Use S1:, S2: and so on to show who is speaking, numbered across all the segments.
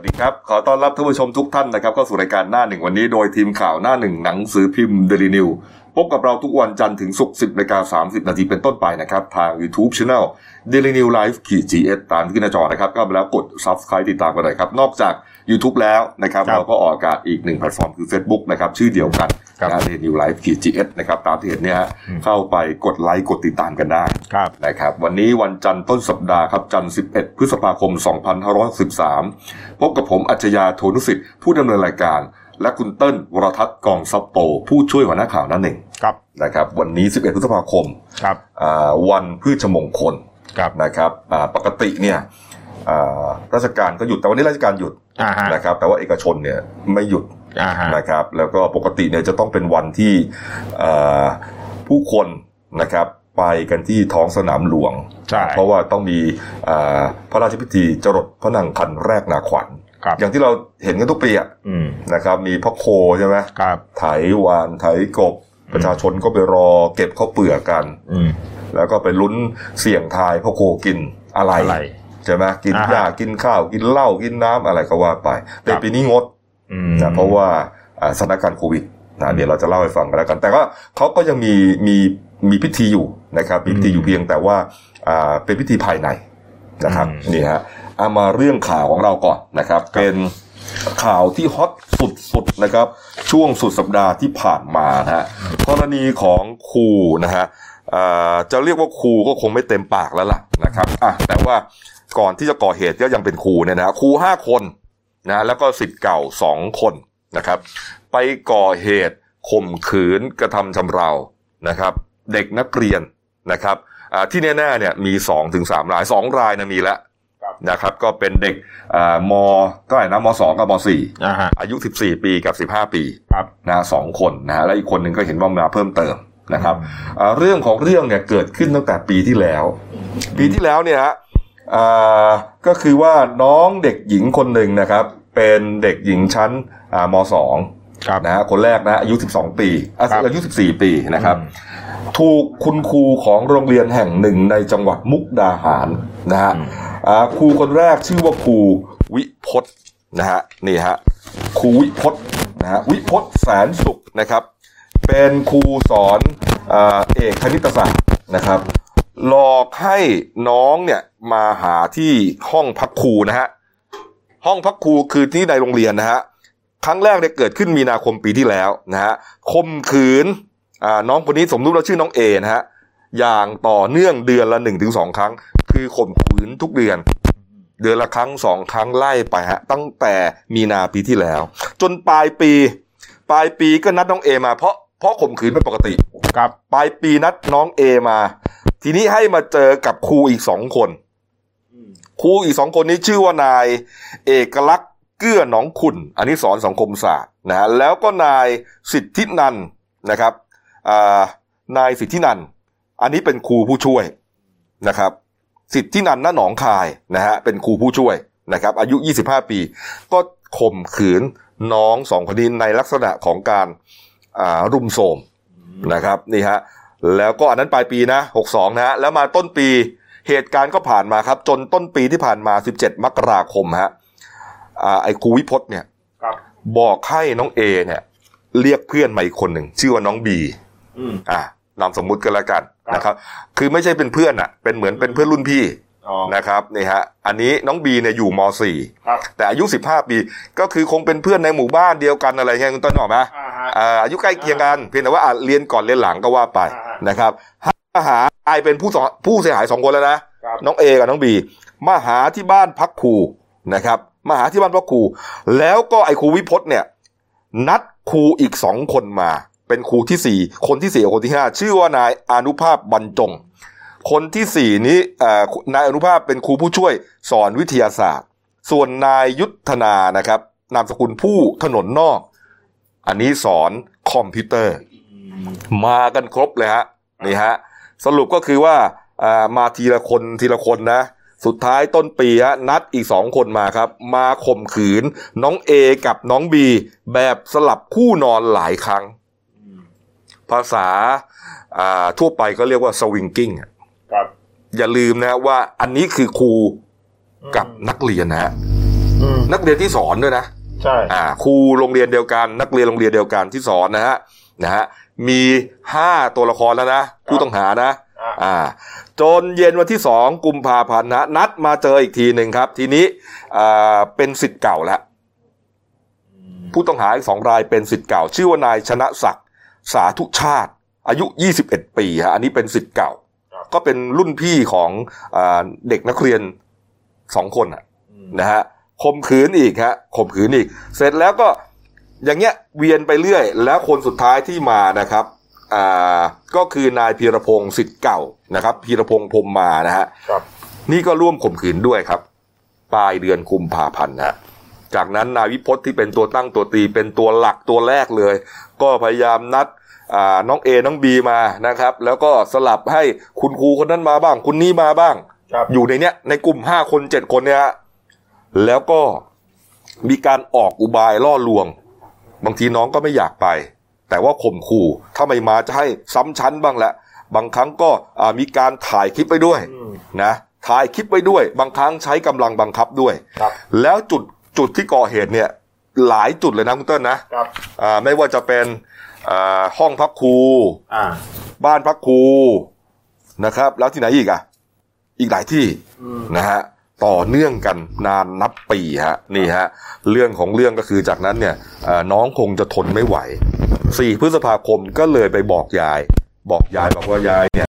S1: สดีครับ ขอต้อนรับท่านผู้ชมทุกท่านนะครับเข้าสู่รายการหน้าหนึ่งวันนี้โดยทีมข่าวหน้าหนึ่งหนังสือพิมพ์เดลินิวพบกับเราทุกวันจันทร์ถึงศุกร์10นาฬิกา30 นาทีเป็นต้นไปนะครับ ทาง YouTube Channel Daily New Life ขีด GS ตามที่ขึ้นหน้าจอนะครับ ก็มาแล้วกด Subscribe ติดตามกันหน่อยครับ นอกจาก YouTube แล้วนะครับ
S2: ครับ
S1: เราก็ออกอากาศอีกหนึ่งแพลตฟอร์มคือ Facebook นะครับ ชื่อเดียวกัน
S2: ครับ
S1: นะ Daily New Life ขีด GS นะครับตามที่เห็นเนี่ยฮะเข้าไปกดไลค์กดติดตามกันได้
S2: ครับ
S1: นะครับวันนี้วันจันทร์ต้นสัปดาห์ครับจันทร์ 11 พฤษภาคม 2563 พบกับผมอัจฉริยาโทนุสิทธิ์ผู้ดำเนินรายการ และคุณเติ้ลวรทัศน์กองซับโต ผู้ช่วยหัวหน้าข่าวนั่นเอง
S2: ครับ
S1: นะครับวันนี้ 11 พฤษภาคม
S2: ครับ
S1: อ่าวันพืชมงคล
S2: ครับ
S1: นะครับอ่าปกติเนี่ยอ่าราชการก็หยุดแต่วันนี้ราชการหยุด
S2: อ่าฮะ
S1: นะครับแต่ว่าเอกชนเนี่ยไม่หยุด
S2: อ่าฮะ
S1: นะครับแล้วก็ปกติเนี่ยจะต้องเป็นวันที่เอ่อผู้คนนะครับไปกันที่ท้องสนามหลวง
S2: ใช่
S1: เพราะว่าต้องมีเอ่อพระราชพิธีจรดพระนางคันแรกนาขวัญ
S2: ครับ
S1: อย่างที่เราเห็นกันทุกปีอะ
S2: อืม
S1: นะครับมีพระโคใช่ไหม
S2: ครับ
S1: ไถวานไถกบ ประชาชนก็ไปรอเก็บข้าวเปลือกกัน
S2: อืม
S1: แล้วก็ไปลุ้นเสี่ยงทายพระโคกินอะไร
S2: อะไร
S1: ใช่ไหมกิน
S2: อ่าฮะ
S1: หญ้ากินข้าวกินเหล้ากินน้ำอะไรก็ว่าไปแต่ปีนี้งด
S2: อืม
S1: นะเพราะว่าอ่าสถานการณ์โควิดนะเดี๋ยวเราจะเล่าให้ฟังกันแล้วกัน แต่ว่าเขาก็ยังมีมีมีพิธีอยู่นะครับมีพิธีอยู่
S2: อืม
S1: เพียงแต่ว่าอ่าเป็นพิธีภายในนะครับ
S2: อืม
S1: นี่ฮะเอามาเรื่องข่าวของเราก่อนนะครับ เป็นข่าวที่ฮอตสุดๆนะครับ ช่วงสุดสัปดาห์ที่ผ่านมานะฮะกรณีของครูนะฮะอ่าจะเรียกว่าครูก็คงไม่เต็มปากแล้วล่ะนะครับอ่ะแต่ว่าก่อนที่จะก่อเหตุก็ยังเป็นครูเนี่ยนะฮะครูห้าคน นะแล้วก็สิทธิ์เก่าสองคนนะครับ ไปก่อเหตุข่มขืนกระทำชำเรานะครับ เด็กนักเรียนนะครับอ่าที่แน่ๆเนี่ยมี2อถึงสราย2รายนะมีแล้ว
S2: ครับ
S1: นะครับ ก็เป็นเด็กอ่ามเท่าไหร่นะมสองกับมสี่
S2: อ่าฮะ
S1: อายุ 14 ปีกับ 15 ปี
S2: ครับ
S1: นะสองคนนะฮะและอีกคนหนึ่งก็เห็นว่ามาเพิ่มเติมนะครับอ่าเรื่องของเรื่องเนี่ยเกิดขึ้นตั้งแต่ปีที่แล้ว ปีที่แล้วเนี่ยฮะอ่าก็คือว่าน้องเด็กหญิงคนหนึ่งนะครับ เป็นเด็กหญิงชั้นอ่ามสอง
S2: ครับ
S1: นะฮะคนแรกนะอายุ 12 ปีอ่ะ
S2: ครับ
S1: อายุ 14 ปีนะครับ ถูกคุณครูของโรงเรียนแห่งหนึ่งในจังหวัดมุกดาหารนะฮะอ่าครูคนแรกชื่อว่าครูวิพจน์นะฮะนี่ฮะครูวิพจน์นะฮะวิพจน์แสนสุขนะครับ เป็นครูสอนอาเอกคณิตศาสตร์นะครับ หลอกให้น้องเนี่ยมาหาที่ห้องพักครูนะฮะห้องพักครูคือที่ในโรงเรียนนะฮะครั้งแรกเนี่ยเกิดขึ้นมีนาคมปีที่แล้วนะฮะคมขืนอ่าน้องคนนี้สมมติเราชื่อน้องเอนะฮะอย่างต่อเนื่องเดือนละหนึ่งถึงสองครั้ง คือข่มขืนทุกเดือน เดือนละครั้งสองครั้งไล่ไปฮะตั้งแต่มีนาปีที่แล้ว จนปลายปี ปลายปีก็นัดน้องเอมาเพราะเพราะข่มขืนเป็นปกติ
S2: ครับ
S1: ปลายปีนัดน้องเอมา ทีนี้ให้มาเจอกับครูอีกสองคนครูอีกสองคนนี้ชื่อว่านาย เอกลักษณ์เกื้อหนองขุนอันนี้สอนสังคมศาสตร์นะฮะแล้วก็นายสิทธินันท์นะครับอ่านายสิทธินันท์อันนี้เป็นครูผู้ช่วยนะครับ สิทธินันท์ณหนองคายนะฮะเป็นครูผู้ช่วยนะครับ อายุ 25 ปี ก็ข่มขืนน้องสองคนนี้ในลักษณะของการอ่ารุมโทรม นะครับนี่ฮะแล้วก็อันนั้นปลายปีนะ 62 นะฮะแล้วมาต้นปีเหตุการณ์ก็ผ่านมาครับ จนต้นปีที่ผ่านมา 17 มกราคมฮะอ่าไอ้ครูวิพจน์เนี่ย
S2: ครับ
S1: บอกให้น้องเอเนี่ย เรียกเพื่อนมาอีกคนหนึ่งชื่อว่าน้องบี
S2: อืม
S1: อ่านามสมมุติกันแล้วกัน
S2: ครับ
S1: นะครับ คือไม่ใช่เป็นเพื่อนอ่ะ เป็นเหมือนเป็นเพื่อนรุ่นพี่
S2: อ๋อ
S1: นะครับนี่ฮะอันนี้น้องบีเนี่ยอยู่ม .4
S2: ครับ
S1: แต่อายุ 15 ปีก็คือคงเป็นเพื่อนในหมู่บ้านเดียวกันอะไรเงี้ยคุณต้นบอกไหม
S2: อ่าฮะ
S1: อ่าอายุใกล้เคียงกันเพียงแต่ว่าอ่ะเรียนก่อนเรียนหลังก็ว่าไป
S2: อ่าน
S1: นะครับมาหาไอเป็นผู้สอนผู้เสียหายสองคนแล้วนะครับ น้องเอกับน้องบีมาหาที่บ้านพักครูนะครับมาหาที่บ้านพักครูแล้วก็ไอครูวิพจน์เนี่ย นัดครูอีกสองคนมา เป็นครูที่สี่คนที่สี่กับคนที่ห้าชื่อว่านายอนุภาพบรรจง คนที่สี่นี้เอ่อนายอนุภาพเป็นครูผู้ช่วยสอนวิทยาศาสตร์ ส่วนนายยุทธนานะครับ นามสกุลผู้ถนนนอก อันนี้สอนคอมพิวเตอร์ มากันครบเลยฮะนี่ฮะสรุปก็คือว่าอ่ามาทีละคนทีละคนนะ สุดท้ายต้นปีฮะนัดอีกสองคนมาครับ มาข่มขืนน้องเอกับน้องบีแบบสลับคู่นอนหลายครั้ง ภาษาอ่าทั่วไปก็เรียกว่าสวิงกิ้งอะ
S2: ครับ
S1: อย่าลืมนะว่าอันนี้คือครูกับนักเรียนนะฮะ
S2: อืม
S1: นักเรียนที่สอนด้วยนะ
S2: ใช่
S1: อ่าครูโรงเรียนเดียวกัน นักเรียนโรงเรียนเดียวกันที่สอนนะฮะนะฮะมีห้าตัวละครแล้วนะผู้ต้องหานะ
S2: อ่า
S1: อ่า จนเย็นวันที่สองกุมภาพันธ์นะนัดมาเจออีกทีหนึ่งครับ ทีนี้อ่าเป็นสิทธิ์เก่าแล้วผู้ต้องหาอีกสองรายเป็นสิทธิ์เก่า ชื่อว่านายชนะศักดิ์สาธุชาติ อายุ 21 ปีฮะอันนี้เป็นสิทธิ์เก่า
S2: ครับ
S1: ก็เป็นรุ่นพี่ของอาเด็กนักเรียนสองคนอ่ะ
S2: อืม
S1: นะฮะข่มขืนอีกฮะข่มขืนอีก เสร็จแล้วก็อย่างเงี้ยเวียนไปเรื่อย แล้วคนสุดท้ายที่มานะครับอ่าก็คือนายพีรพงศ์สิทธิ์เก่านะครับพีรพงศ์พรมมานะฮะ
S2: ครับ
S1: นี่ก็ร่วมข่มขืนด้วยครับ ปลายเดือนกุมภาพันธ์นะฮะจากนั้นนายวิพจน์ที่เป็นตัวตั้งตัวตีเป็นตัวหลักตัวแรกเลย ก็พยายามนัดอ่าน้องเอน้องบีมานะครับ แล้วก็สลับให้คุณครูคนนั้นมาบ้าง คุณนี่มาบ้าง
S2: ครับ
S1: อยู่ในเนี้ยในกลุ่มห้าคนเจ็ดคนเนี่ยฮะแล้วก็มีการออกอุบายล่อลวง บางทีน้องก็ไม่อยากไป แต่ว่าข่มขู่ถ้าไม่มาจะให้ซ้ำชั้นบ้างแหละ บางครั้งก็อ่ามีการถ่ายคลิปไปด้วย
S2: อืม
S1: นะถ่ายคลิปไปด้วย บางครั้งใช้กำลังบังคับด้วย
S2: ครับ
S1: แล้วจุดจุดที่ก่อเหตุเนี่ยหลายจุดเลยนะคุณเต้นนะครับ อ่าไม่ว่าจะเป็นอ่าห้องพักครู
S2: อ่า
S1: บ้านพักครูนะครับ แล้วที่ไหนอีกอ่ะ อีกหลายที่
S2: อืม
S1: นะฮะต่อเนื่องกันนานนับปีฮะนี่ฮะเรื่องของเรื่องก็คือจากนั้นเนี่ยเอ่อน้องคงจะทนไม่ไหว 4 พฤษภาคมก็เลยไปบอกยาย บอกยายบอกว่ายายเนี่ย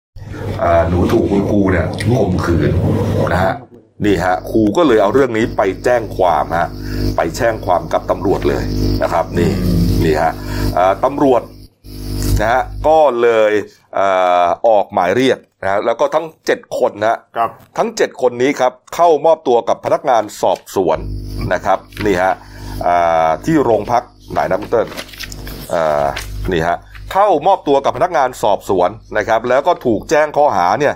S1: เอ่อหนูถูกคุณครูเนี่ยข่มขืนนะฮะนี่ฮะครูก็เลยเอาเรื่องนี้ไปแจ้งความฮะไปแจ้งความกับตำรวจเลยนะครับนี่นี่ฮะเอ่อตำรวจ นะฮะก็เลยเออออกหมายเรียกนะฮะแล้วก็ทั้ง 7 คนนะฮะ
S2: ครับ
S1: ทั้ง 7 คนนี้ครับ เข้ามอบตัวกับพนักงานสอบสวนนะครับนี่ฮะอ่าที่โรงพักไหนนะคุณเติ้ลอ่านี่ฮะเข้ามอบตัวกับพนักงานสอบสวนนะครับ แล้วก็ถูกแจ้งข้อหาเนี่ย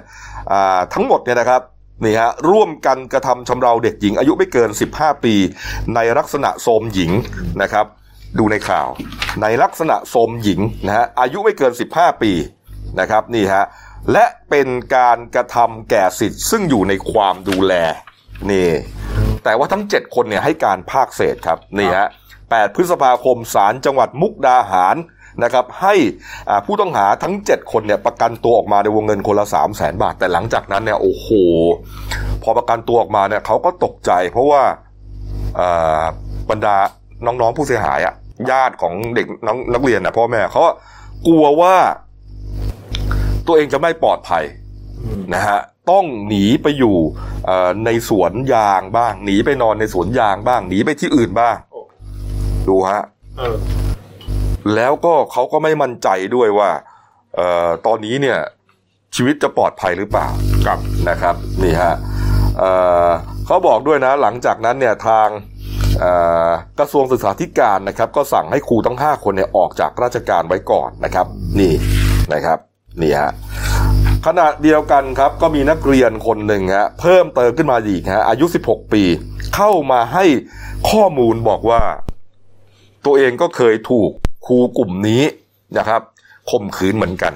S1: อ่าทั้งหมดเนี่ยนะครับนี่ฮะร่วมกันกระทำชำเราเด็กหญิงอายุไม่เกิน 15 ปี ในลักษณะโทรมหญิงนะครับ ดูในข่าว ในลักษณะโทรมหญิงนะฮะอายุไม่เกิน 15 ปี นะครับนี่ฮะและเป็นการกระทำแก่สิทธิ์ซึ่งอยู่ในความดูแลนี่แต่ว่าทั้ง 7 คนเนี่ยให้การภาคเศษครับนี่ฮะ8พฤษภาคมศาลจังหวัดมุกดาหารนะครับให้อ่าผู้ต้องหาทั้ง 7 คนเนี่ยประกันตัวออกมาในวงเงินคนละ 3 0 0แสนบาท แต่หลังจากนั้นเนี่ยโอ้โห พอประกันตัวออกมาเนี่ยเขาก็ตกใจ เพราะว่าอ่าบรรดาน้องๆผู้เสียหายอะญาติของเด็กน้องนักเรียนนะพ่อแม่เขากลัวว่า ตัวเองจะไม่ปลอดภัย
S2: อืม
S1: นะฮะต้องหนีไปอยู่เอ่อในสวนยางบ้าง หนีไปนอนในสวนยางบ้าง หนีไปที่อื่นบ้าง
S2: โอ้
S1: ดูฮะ
S2: เออ
S1: แล้วก็เขาก็ไม่มั่นใจด้วยว่าเอ่อตอนนี้เนี่ยชีวิตจะปลอดภัยหรือเปล่าครับนะครับนี่ฮะเอ่อเขาบอกด้วยนะหลังจากนั้นเนี่ยทางเอ่อกระทรวงศึกษาธิการนะครับ ก็สั่งให้ครูทั้ง 5 คนเนี่ยออกจากราชการไว้ก่อนนะครับ นี่นะครับนี่ฮะขณะเดียวกันครับก็มีนักเรียนคนหนึ่งฮะเพิ่มเติมขึ้นมาอีกฮะอายุ 16 ปี เข้ามาให้ข้อมูลบอกว่า ตัวเองก็เคยถูกครูกลุ่มนี้นะครับข่มขืนเหมือนกัน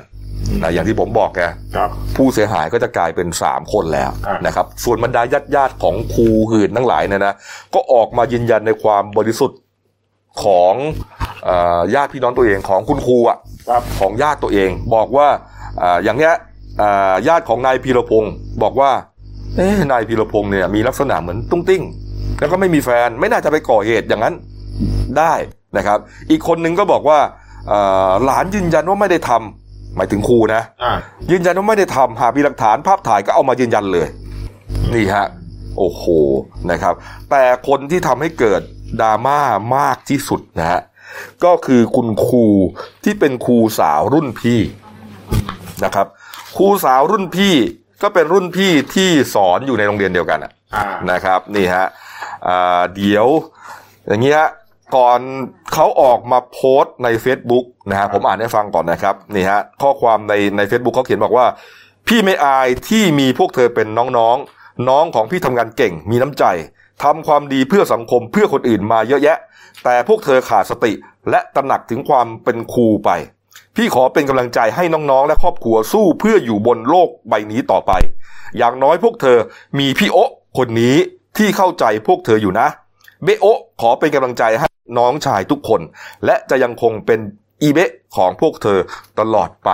S1: นะอย่างที่ผมบอกไง
S2: ครับ
S1: ผู้เสียหายก็จะกลายเป็น 3 คนแล้ว
S2: อ่ะ
S1: นะครับ ส่วนบรรดาญาติญาติๆของครูหื่นทั้งหลายเนี่ยนะก็ออกมายืนยันในความบริสุทธิ์ของเอ่อญาติพี่น้องตัวเองของคุณครูอ่ะ
S2: ครับ
S1: ของญาติตัวเองบอกว่าอ่าอย่างเนี้ยอ่าญาติของนายพีรพงศ์บอกว่าเอ๊ะนายพีรพงศ์เนี่ยมีลักษณะเหมือนตุ้งติ้ง แล้วก็ไม่มีแฟนไม่น่าจะไปก่อเหตุอย่างนั้นได้นะครับ อีกคนนึงก็บอกว่าอ่าหลานยืนยันว่าไม่ได้ทำหมายถึงครูนะ
S2: อ่า
S1: ยืนยันว่าไม่ได้ทำหากมีหลักฐานภาพถ่ายก็เอามายืนยันเลย นี่ฮะ โอ้โหนะครับ แต่คนที่ทำให้เกิดดราม่ามากที่สุดนะฮะก็คือคุณครูที่เป็นครูสาวรุ่นพี่นะครับครูสาวรุ่นพี่ก็เป็นรุ่นพี่ที่สอนอยู่ในโรงเรียนเดียวกันอะ
S2: อ่า
S1: นะครับนี่ฮะอ่าเดี๋ยวอย่างนี้ฮะก่อนเขาออกมาโพสต์ใน Facebook นะฮะผมอ่านให้ฟังก่อนนะครับนี่ฮะข้อความในใน Facebook เขาเขียนบอกว่า พี่ไม่อายที่มีพวกเธอเป็นน้องๆ น้องของพี่ทำงานเก่งมีน้ำใจทำความดีเพื่อสังคมเพื่อคนอื่นมาเยอะแยะ แต่พวกเธอขาดสติ และตระหนักถึงความเป็นครูไป พี่ขอเป็นกำลังใจให้น้องๆ และครอบครัวสู้เพื่ออยู่บนโลกใบนี้ต่อไป อย่างน้อยพวกเธอมีพี่โอะคนนี้ที่เข้าใจพวกเธออยู่นะ เบโอะขอเป็นกำลังใจให้น้องชายทุกคน และจะยังคงเป็นอีเบะของพวกเธอตลอดไป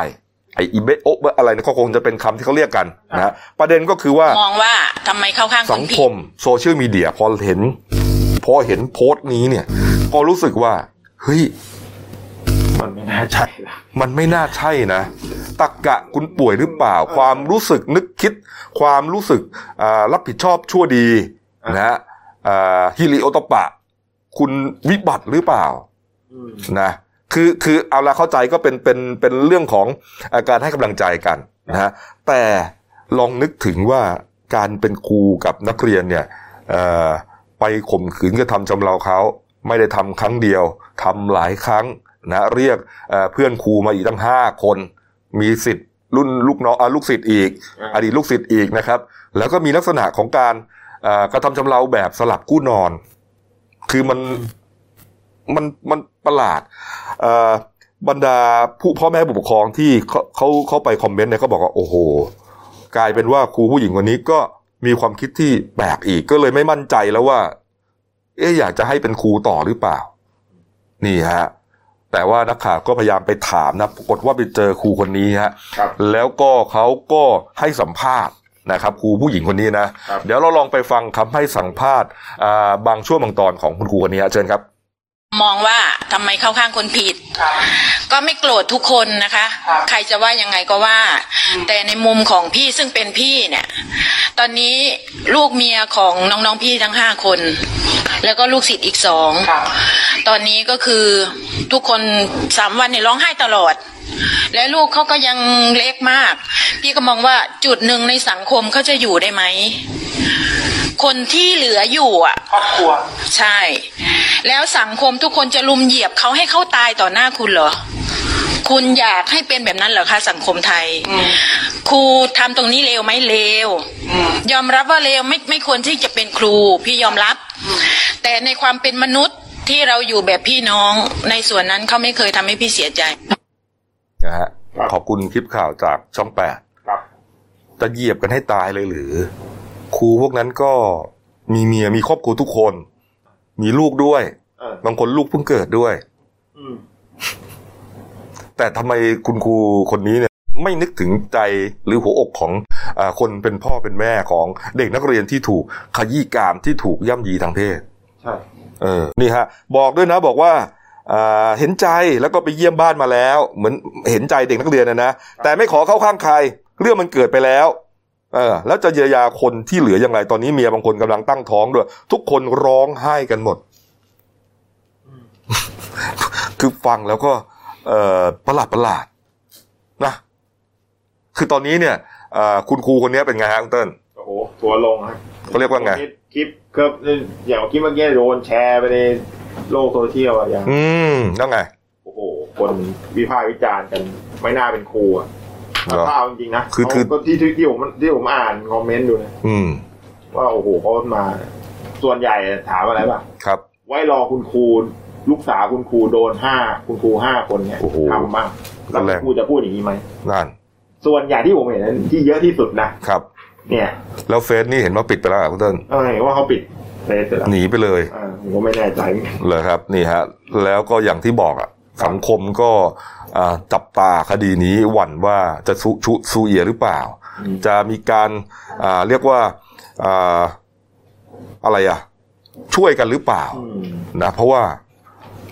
S1: ไออีเบะโอะเบอะอะไรเนี่ยก็คงจะเป็นคำที่เขาเรียกกันนะฮะประเด็นก็คือว่า
S2: มองว่าทำไมเข้าข้าง
S1: สั
S2: ค
S1: ง
S2: น
S1: ค
S2: ผิด
S1: มโซเชียลมีเดียพอเห็น พอเห็นโพสต์นี้เนี่ย ก็รู้สึกว่า เฮ้ย
S3: มันไม่น่าใช่ละ
S1: มันไม่น่าใช่นะ ตักกะคุณป่วยหรือเปล่า ความรู้สึกนึกคิด ความรู้สึกอ่ารับผิดชอบชั่วดี
S3: อ่ะ
S1: นะฮะอ่าฮิริโอตปะ คุณวิบัติหรือเปล่า
S3: อืม
S1: นะคือคือเอาละเข้าใจก็เป็นเป็นเป็นเรื่องของอาการให้กำลังใจกันนะฮะแต่ลองนึกถึงว่าการเป็นครูกับนักเรียนเนี่ยเอ่อไปข่มขืนกระทำชำเราเขาไม่ได้ทำครั้งเดียวทำหลายครั้งนะเรียกเอ่อเพื่อนครูมาอีกตั้งห้าคน มีสิทธิ์รุ่นลูกน้องอ่ะลูกศิษย์อีก อดีตลูกศิษย์อีกนะครับ แล้วก็มีลักษณะของการเอ่อกระทำชำเราแบบสลับกู้นอน คือมันมันมันประหลาดเอ่อบรรดาผู้พ่อแม่ผู้ปกครองที่เขาเขาเขาไปคอมเมนต์เนี่ยเขาบอกว่าโอ้โห กลายเป็นว่าครูผู้หญิงคนนี้ก็มีความคิดที่แปลกอีกก็เลยไม่มั่นใจแล้วว่า เอ๊ะอยากจะให้เป็นครูต่อหรือเปล่า นี่ฮะ แต่ว่านักข่าวก็พยายามไปถามนะปรากฏว่าไปเจอครูคนนี้ฮะ
S3: ครับ
S1: แล้วก็เขาก็ให้สัมภาษณ์นะครับครูผู้หญิงคนนี้นะ
S3: ครับ
S1: เดี๋ยวเราลองไปฟังคำให้สัมภาษณ์อ่าบางช่วงบางตอนของคุณครูคนนี้ฮะเชิญครับ
S2: มองว่าทำไมเข้าข้างคนผิด
S4: ครับ
S2: ก็ไม่โกรธทุกคนนะคะ
S4: ครับ
S2: ใครจะว่ายังไงก็ว่า แต่ในมุมของพี่ซึ่งเป็นพี่เนี่ย ตอนนี้ลูกเมียของน้องๆพี่ทั้งห้าคน แล้วก็ลูกศิษย์อีกสอง
S4: ครับ
S2: ตอนนี้ก็คือทุกคนสามวันเนี่ยร้องไห้ตลอด และลูกเขาก็ยังเล็กมาก พี่ก็มองว่าจุดหนึ่งในสังคมเขาจะอยู่ได้ไหม คนที่เหลืออยู่อ่ะ
S4: ครอบครัว
S2: ใช่ แล้วสังคมทุกคนจะลุมเหยียบเขาให้เขาตายต่อหน้าคุณเหรอ คุณอยากให้เป็นแบบนั้นเหรอคะสังคมไทย
S4: อืม
S2: ครูทำตรงนี้เลวไหมเลว
S4: อืม
S2: ยอมรับว่าเลวไม่ไม่ควรที่จะเป็นครู พี่ยอมรับ แต่ในความเป็นมนุษย์ที่เราอยู่แบบพี่น้องในส่วนนั้นเขาไม่เคยทำให้พี่เสียใจ
S1: นะฮะ
S3: ครับ
S1: ขอบคุณคลิปข่าวจากช่องแปด
S3: ครับ
S1: จะเหยียบกันให้ตายเลยหรือ ครูพวกนั้นก็มีเมียมีครอบครัวทุกคน มีลูกด้วย
S3: เออบ
S1: างคนลูกเพิ่งเกิดด้วย
S3: อืม
S1: แต่ทำไมคุณครูคนนี้เนี่ยไม่นึกถึงใจหรือหัวอกของอาคนเป็นพ่อเป็นแม่ของเด็กนักเรียนที่ถูกขยี้กามที่ถูกย่ำยีทางเพศ
S3: ใช่
S1: เออ นี่ฮะ บอกด้วยนะบอกว่าอ่าเห็นใจแล้วก็ไปเยี่ยมบ้านมาแล้ว เหมือนเห็นใจเด็กนักเรียนนะนะ แต่ไม่ขอเข้าข้างใคร เรื่องมันเกิดไปแล้ว เออ แล้วจะเยียวยาคนที่เหลือยังไงตอนนี้เมียบางคนกำลังตั้งท้องด้วย ทุกคนร้องไห้กันหมด คือฟังแล้วก็ เออประหลาดประหลาดนะ คือตอนนี้เนี่ยเอ่อคุณครูคนนี้เป็นไงฮะคุณเติ้ล
S3: โอ้โห ตัวลงฮะ
S1: เขาเรียกว่าไง
S3: คลิปก็อย่างเมื่อกี้เมื่อกี้โดนแชร์ไปในโลกโซเชียลอะอย่าง
S1: อืมแล้วไง
S3: โอ้โห คนวิพากษ์วิจารณ์กันไม่น่าเป็นครูอะ
S1: เหรอ
S3: ถ้าเอาจริงๆนะ
S1: คือคือ
S3: เาที่ที่ที่ผมที่ผมอ่านคอมเมนต์ดูนะ
S1: อืม
S3: ว่าโอ้โหเขามา ส่วนใหญ่ถามอะไรป่ะ
S1: ครับ
S3: ไว้รอคุณครูลูกสาวคุณครูโดนห้าคุณครูห้าคนเนี่ย
S1: โอ้โห
S3: ทำบ้างแล้ว
S1: แรง
S3: คุณครูจะพูดอย่างนี้ไหม
S1: นั่น
S3: ส่วนใหญ่ที่ผมเห็นนั้นที่เยอะที่สุดนะครับ เนี่ย
S1: แล้วเฟซนี่เห็นว่าปิดไปแล้วเหรอคุณเติ้ล
S3: เออว่าเขาปิดเฟซไปแล้ว
S1: หนีไปเลย
S3: อ่าผมก็ไม่แน่ใจ
S1: เหรอครับนี่ฮะแล้วก็อย่างที่บอกอะสังคมก็อ่าจับตาคดีนี้หวั่นว่าจะซุชุซูเอียหรือเปล่า จะมีการอ่าเรียกว่าอ่าอะไรอะช่วยกันหรือเปล่า
S3: อืม
S1: นะเพราะว่า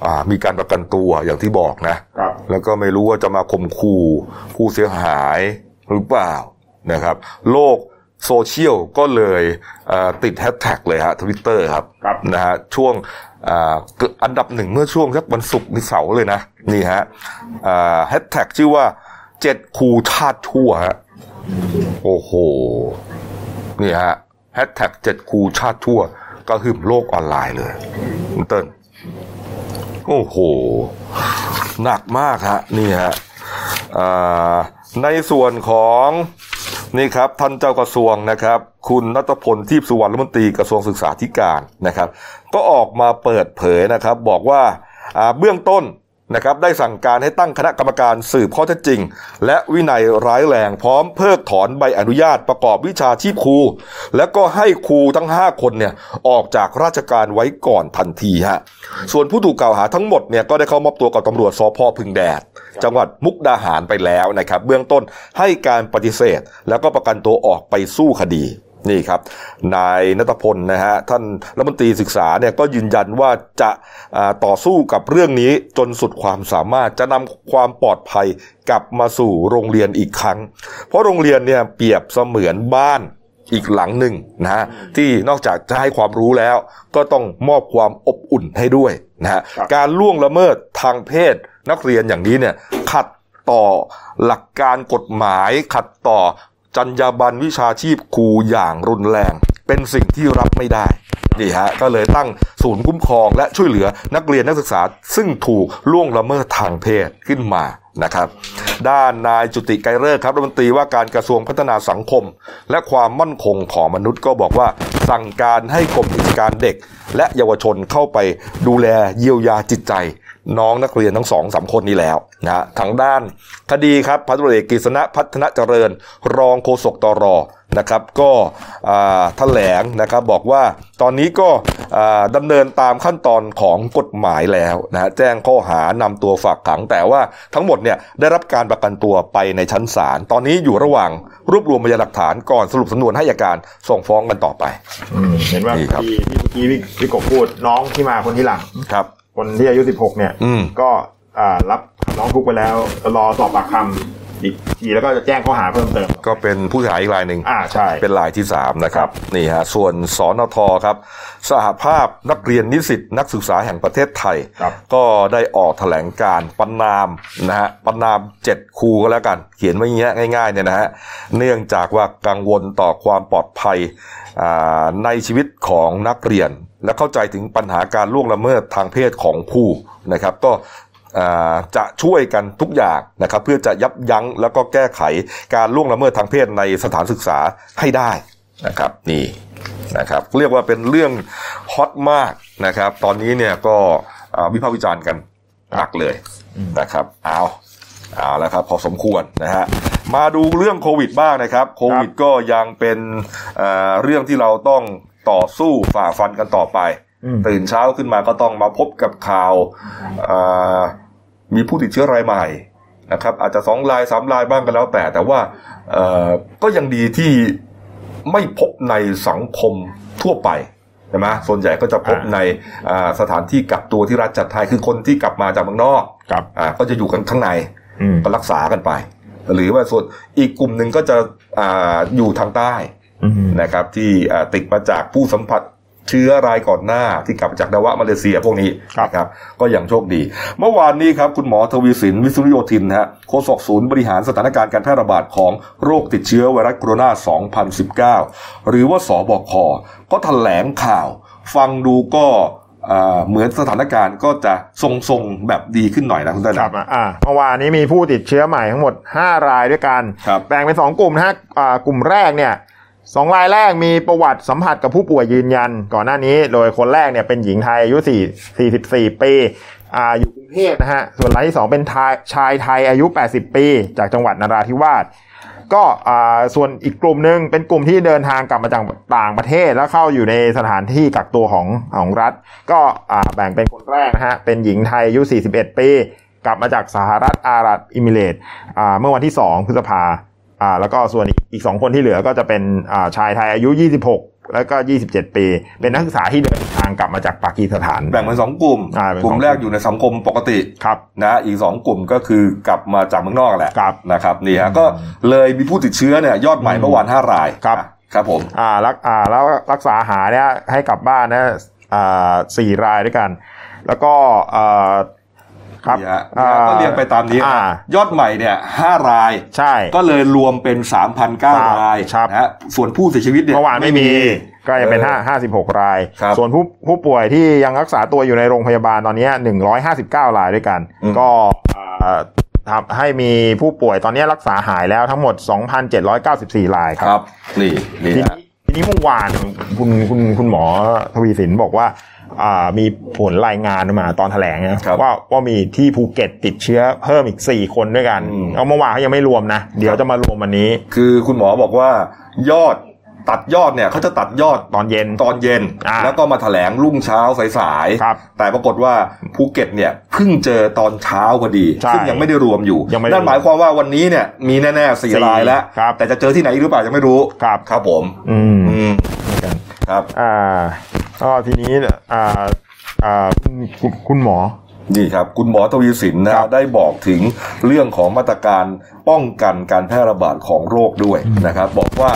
S1: อ่ามีการประกันตัวอย่างที่บอกนะ
S3: ครับ
S1: แล้วก็ไม่รู้ว่าจะมาข่มขู่ผู้เสียหายหรือเปล่านะครับ โลกโซเชียลก็เลยเอ่อติดแฮชแท็กเลยฮะทวิตเตอร์ครับ
S3: ครับ
S1: นะฮะช่วงเอ่อเกิดอันดับหนึ่งเมื่อช่วงสักวันศุกร์หรือเสาร์เลยนะ นี่ฮะแฮชแท็กชื่อว่าเจ็ดคูชาติทั่วฮะโอ้โห นี่ฮะแฮชแท็กเจ็ดคูชาติทั่ว ก็หึ่มโลกออนไลน์เลยคุณเติ้ลโอ้โห หนักมากฮะนี่ฮะอ่าในส่วนของนี่ครับท่านเจ้ากระทรวงนะครับ คุณนัตพลทีพสุวรรณรัฐมนตรีกระทรวงศึกษาธิการนะครับ ก็ออกมาเปิดเผยนะครับ บอกว่าอ่าเบื้องต้น นะครับได้สั่งการให้ตั้งคณะกรรมการสืบข้อเท็จจริง และวินัยร้ายแรงพร้อมเพิกถอนใบอนุญาตประกอบวิชาชีพครู และก็ให้ครูทั้ง 5 คนเนี่ยออกจากราชการไว้ก่อนทันทีฮะส่วนผู้ถูกกล่าวหาทั้งหมดเนี่ยก็ได้เข้ามอบตัวกับตำรวจสพพึงแดด จังหวัดมุกดาหารไปแล้วนะครับ เบื้องต้นให้การปฏิเสธ แล้วก็ประกันตัวออกไปสู้คดีนี่ครับ นายนัทพลนะฮะท่านรัฐมนตรีศึกษาเนี่ยก็ยืนยันว่าจะอ่าต่อสู้กับเรื่องนี้จนสุดความสามารถจะนำความปลอดภัยกลับมาสู่โรงเรียนอีกครั้ง เพราะโรงเรียนเนี่ยเปรียบเสมือนบ้านอีกหลังหนึ่งนะฮะที่นอกจากจะให้ความรู้แล้ว ก็ต้องมอบความอบอุ่นให้ด้วยนะฮะ
S3: ครับ
S1: การล่วงละเมิดทางเพศนักเรียนอย่างนี้เนี่ยขัดต่อหลักการกฎหมาย ขัดต่อจรรยาบรรณวิชาชีพครูอย่างรุนแรง เป็นสิ่งที่รับไม่ได้นี่ฮะก็เลยตั้งศูนย์คุ้มครองและช่วยเหลือนักเรียนนักศึกษาซึ่งถูกล่วงละเมิดทางเพศขึ้นมานะครับ ด้านนายจุติไกรเลิกษ์ครับรัฐมนตรีว่าการกระทรวงพัฒนาสังคม และความมั่นคงของมนุษย์ก็บอกว่า สั่งการให้กรมกิจการเด็ก และเยาวชนเข้าไปดูแลเยียวยาจิตใจ น้องนักเรียนทั้งสองสามคนนี้แล้วนะฮะทางด้านคดีครับพันตำรวจเอกกฤษณะพัฒนาเจริญ รองโฆษกตรนะครับ ก็อ่าแถลงนะครับบอกว่าตอนนี้ก็อ่าดำเนินตามขั้นตอนของกฎหมายแล้วนะฮะแจ้งข้อหานำตัวฝากขัง แต่ว่าทั้งหมดเนี่ยได้รับการประกันตัวไปในชั้นศาลตอนนี้อยู่ระหว่างรวบรวมพยานหลักฐานก่อนสรุปสำนวนให้อัยการส่งฟ้องกันต่อไป
S3: เห็นว่า
S1: ดีครับ
S3: ที่ที่เมื่อกี้พี่พี่กบพูดน้องที่มาคนที่หลัง
S1: ครับ
S3: คนที่อายุ 16 เนี่ย
S1: อืม
S3: ก็อ่ารับน้องทุกข์ไปแล้ว รอสอบปากคำอีกทีแล้วก็จะแจ้งข้อหาเพิ่มเติม
S1: ก็เป็นผู้เสียหายอีกรายหนึ่ง
S3: อ่าใช่
S1: เป็นลายที่ 3 นะครับ นี่ฮะส่วนสอนทครับสหภาพนักเรียนนิสิตนักศึกษาแห่งประเทศไทย
S3: ครับ
S1: ก็ได้ออกแถลงการณ์ประนามนะฮะประนาม 7 ครูก็แล้วกัน เขียนไว้อย่างเงี้ยง่ายๆเนี่ยนะฮะเนื่องจากว่ากังวลต่อความปลอดภัยอ่าในชีวิตของนักเรียน และเข้าใจถึงปัญหาการล่วงละเมิดทางเพศของครูนะครับก็ อ่าจะช่วยกันทุกอย่างนะครับเพื่อจะยับยั้งแล้วก็แก้ไขการล่วงละเมิดทางเพศในสถานศึกษาให้ได้นะครับนี่นะครับเรียกว่าเป็นเรื่องฮอตมากนะครับ ตอนนี้เนี่ยก็อ่าวิพากษ์วิจารณ์กันหนักเลยนะครับเอาเอาแล้วครับพอสมควรนะฮะมาดูเรื่องโควิดบ้างนะครับ โควิดก็ยังเป็นเอ่อเรื่องที่เราต้องต่อสู้ฝ่าฟันกันต่อไป
S3: อืม
S1: ตื่นเช้าขึ้นมาก็ต้องมาพบกับข่าวอ่ามีผู้ติดเชื้อรายใหม่นะครับ อาจจะสองรายสามรายบ้างก็แล้วแต่ แต่ว่าเอ่อก็ยังดีที่ไม่พบในสังคมทั่วไปใช่ไหมส่วนใหญ่ก็จะพบ
S3: อ่า
S1: ในอ่าสถานที่กักตัวที่รัฐจัดให้คือคนที่กลับมาจากเมืองนอก
S3: ครับ
S1: อ่าก็จะอยู่กันข้างใน
S3: อืม
S1: ก็รักษากันไป หรือว่าส่วนอีกกลุ่มหนึ่งก็จะอาอยู่ทางใต้
S3: อืม
S1: นะครับที่อ่าติดมาจากผู้สัมผัสเชื้อรายก่อนหน้าที่กลับมาจากนาวะมาเลเซียพวกนี้
S3: ครับ
S1: นะครับก็อย่างโชคดี เมื่อวานนี้ครับคุณหมอทวีสินวิศนุโยธินนะฮะโฆษกศูนย์บริหารสถานการณ์การแพร่ระบาดของโรคติดเชื้อไวรัสโคโรนา 2019 หรือว่าสบคก็แถลงข่าว ฟังดูก็อ่าเหมือนสถานการณ์ก็จะทรงๆแบบดีขึ้นหน่อยนะคุณตา
S3: ค
S1: ดา
S3: รับอ่าเมื่อวานนี้มีผู้ติดเชื้อใหม่ทั้งหมด 5 รายด้วยกัน
S1: ครับ
S3: แบ่งเป็น 2 กลุ่มนะฮะอ่ากลุ่มแรกเนี่ยสองรายแรกมีประวัติสัมผัสกับผู้ป่วยยืนยัน ก่อนหน้านี้โดยคนแรกเนี่ยเป็นหญิงไทยอายุ4 44 ปีอาอยู่กรุงเทพนะฮะ ส่วนรายที่ 2 เป็นทายชายไทยอายุ 80 ปี จากจังหวัดนราธิวาส ก็อ่าส่วนอีกกลุ่มหนึ่งเป็นกลุ่มที่เดินทางกลับมาจากต่างประเทศ แล้วเข้าอยู่ในสถานที่กักตัวของของรัฐ ก็อ่าแบ่งเป็นคนแรกนะฮะเป็นหญิงไทยอายุ 41 ปี กลับมาจากสหรัฐอาหรับอิมิเรตส์อ่าเมื่อวันที่ 2 พฤษภาอ่าแล้วก็ส่วนอีกอีก 2 คนที่เหลือก็จะเป็นอ่าชายไทยอายุ 26 แล้วก็ 27 ปี เป็นนักศึกษาที่เดินทางกลับมาจากปากีสถาน
S1: แบ่งเป็นสองกลุ่ม
S3: อ่าเป็น
S1: กลุ่
S3: สอ
S1: ม
S3: งกลุ่ม
S1: แรกอยู่ในสังคมปกติ
S3: ครับ
S1: นะอีกสองกลุ่มก็คือกลับมาจากเมืองนอกแหละ
S3: ครับ
S1: นะครับนี่ฮะก็เลยมีผู้ติดเชื้อเนี่ยยอดใหม่เมื่อวานห้าราย
S3: ครับ
S1: อ่ะครับผม
S3: อ่ารักอ่าแล้วรักษาหายเนี่ยให้กลับบ้านนะอ่าสี่รายด้วยกัน แล้วก็อ่าครับ
S1: นี่ฮะนี่ฮะก็เรียงไปตามนี้
S3: อ่าย
S1: อดใหม่เนี่ยห้าราย
S3: ใช่
S1: ก็เลยรวมเป็น 3,009 ราย
S3: ครับ
S1: นะฮะส่วนผู้เสียชีวิตเนี่ย
S3: เมื่อวานไม่มีก็ยังเป็น
S1: เออ
S3: ห้าห้าสิบหกราย
S1: ครับ
S3: ส่วนผู้ผู้ป่วยที่ยังรักษาตัวอยู่ในโรงพยาบาลตอนเนี้หนึ่งร้อยห้าสิบเก้ารายด้วยกัน
S1: อืม
S3: ก็อ่าทำให้มีผู้ป่วยตอนนี้รักษาหายแล้วทั้งหมด 2,794รายค
S1: ครับ รับ นี่นี่
S3: ที
S1: ฮะ
S3: นี้ทีนี้เมื่อวานคุณคุณคุณหมอทวีสินบอกว่า อ่ามีผลรายงานมาตอนแถลงนะครับ ว่าว่ามีที่ภูเก็ตติดเชื้อเพิ่มอีก 4 คนด้วยกัน
S1: อืม
S3: เอาเมื่อวานเขายังไม่รวมนะ เดี๋ยวจะมารวมวันนี้
S1: คือคุณหมอบอกว่ายอดตัดยอดเนี่ยเขาจะตัดยอด
S3: ตอนเย็น
S1: ตอนเย็น
S3: อ่า
S1: แล้วก็มาแถลงรุ่งเช้าสายๆ
S3: ครับ
S1: แต่ปรากฏว่าภูเก็ตเนี่ยเพิ่งเจอตอนเช้าพอดี
S3: ใช่
S1: ซึ่งยังไม่ได้รวมอยู่
S3: ยังไม่ได้
S1: นั่นหมายความว่าวันนี้เนี่ยมีแน่ๆสี่
S3: สี่
S1: รายแล้ว
S3: ครับ
S1: แต่จะเจอที่ไหนอีกหรือเปล่ายังไม่รู้
S3: ครับ
S1: ครับผม
S3: อืม
S1: อืมครับ
S3: อ่าก็ทีนี้เนี่ยอ่าอ่าคุณคุณคุณหมอ
S1: นี่ครับ คุณหมอทวีสินนะครับ ได้บอกถึงเรื่องของมาตรการป้องกันการแพร่ระบาดของโรคด้วยนะครับ บอกว่า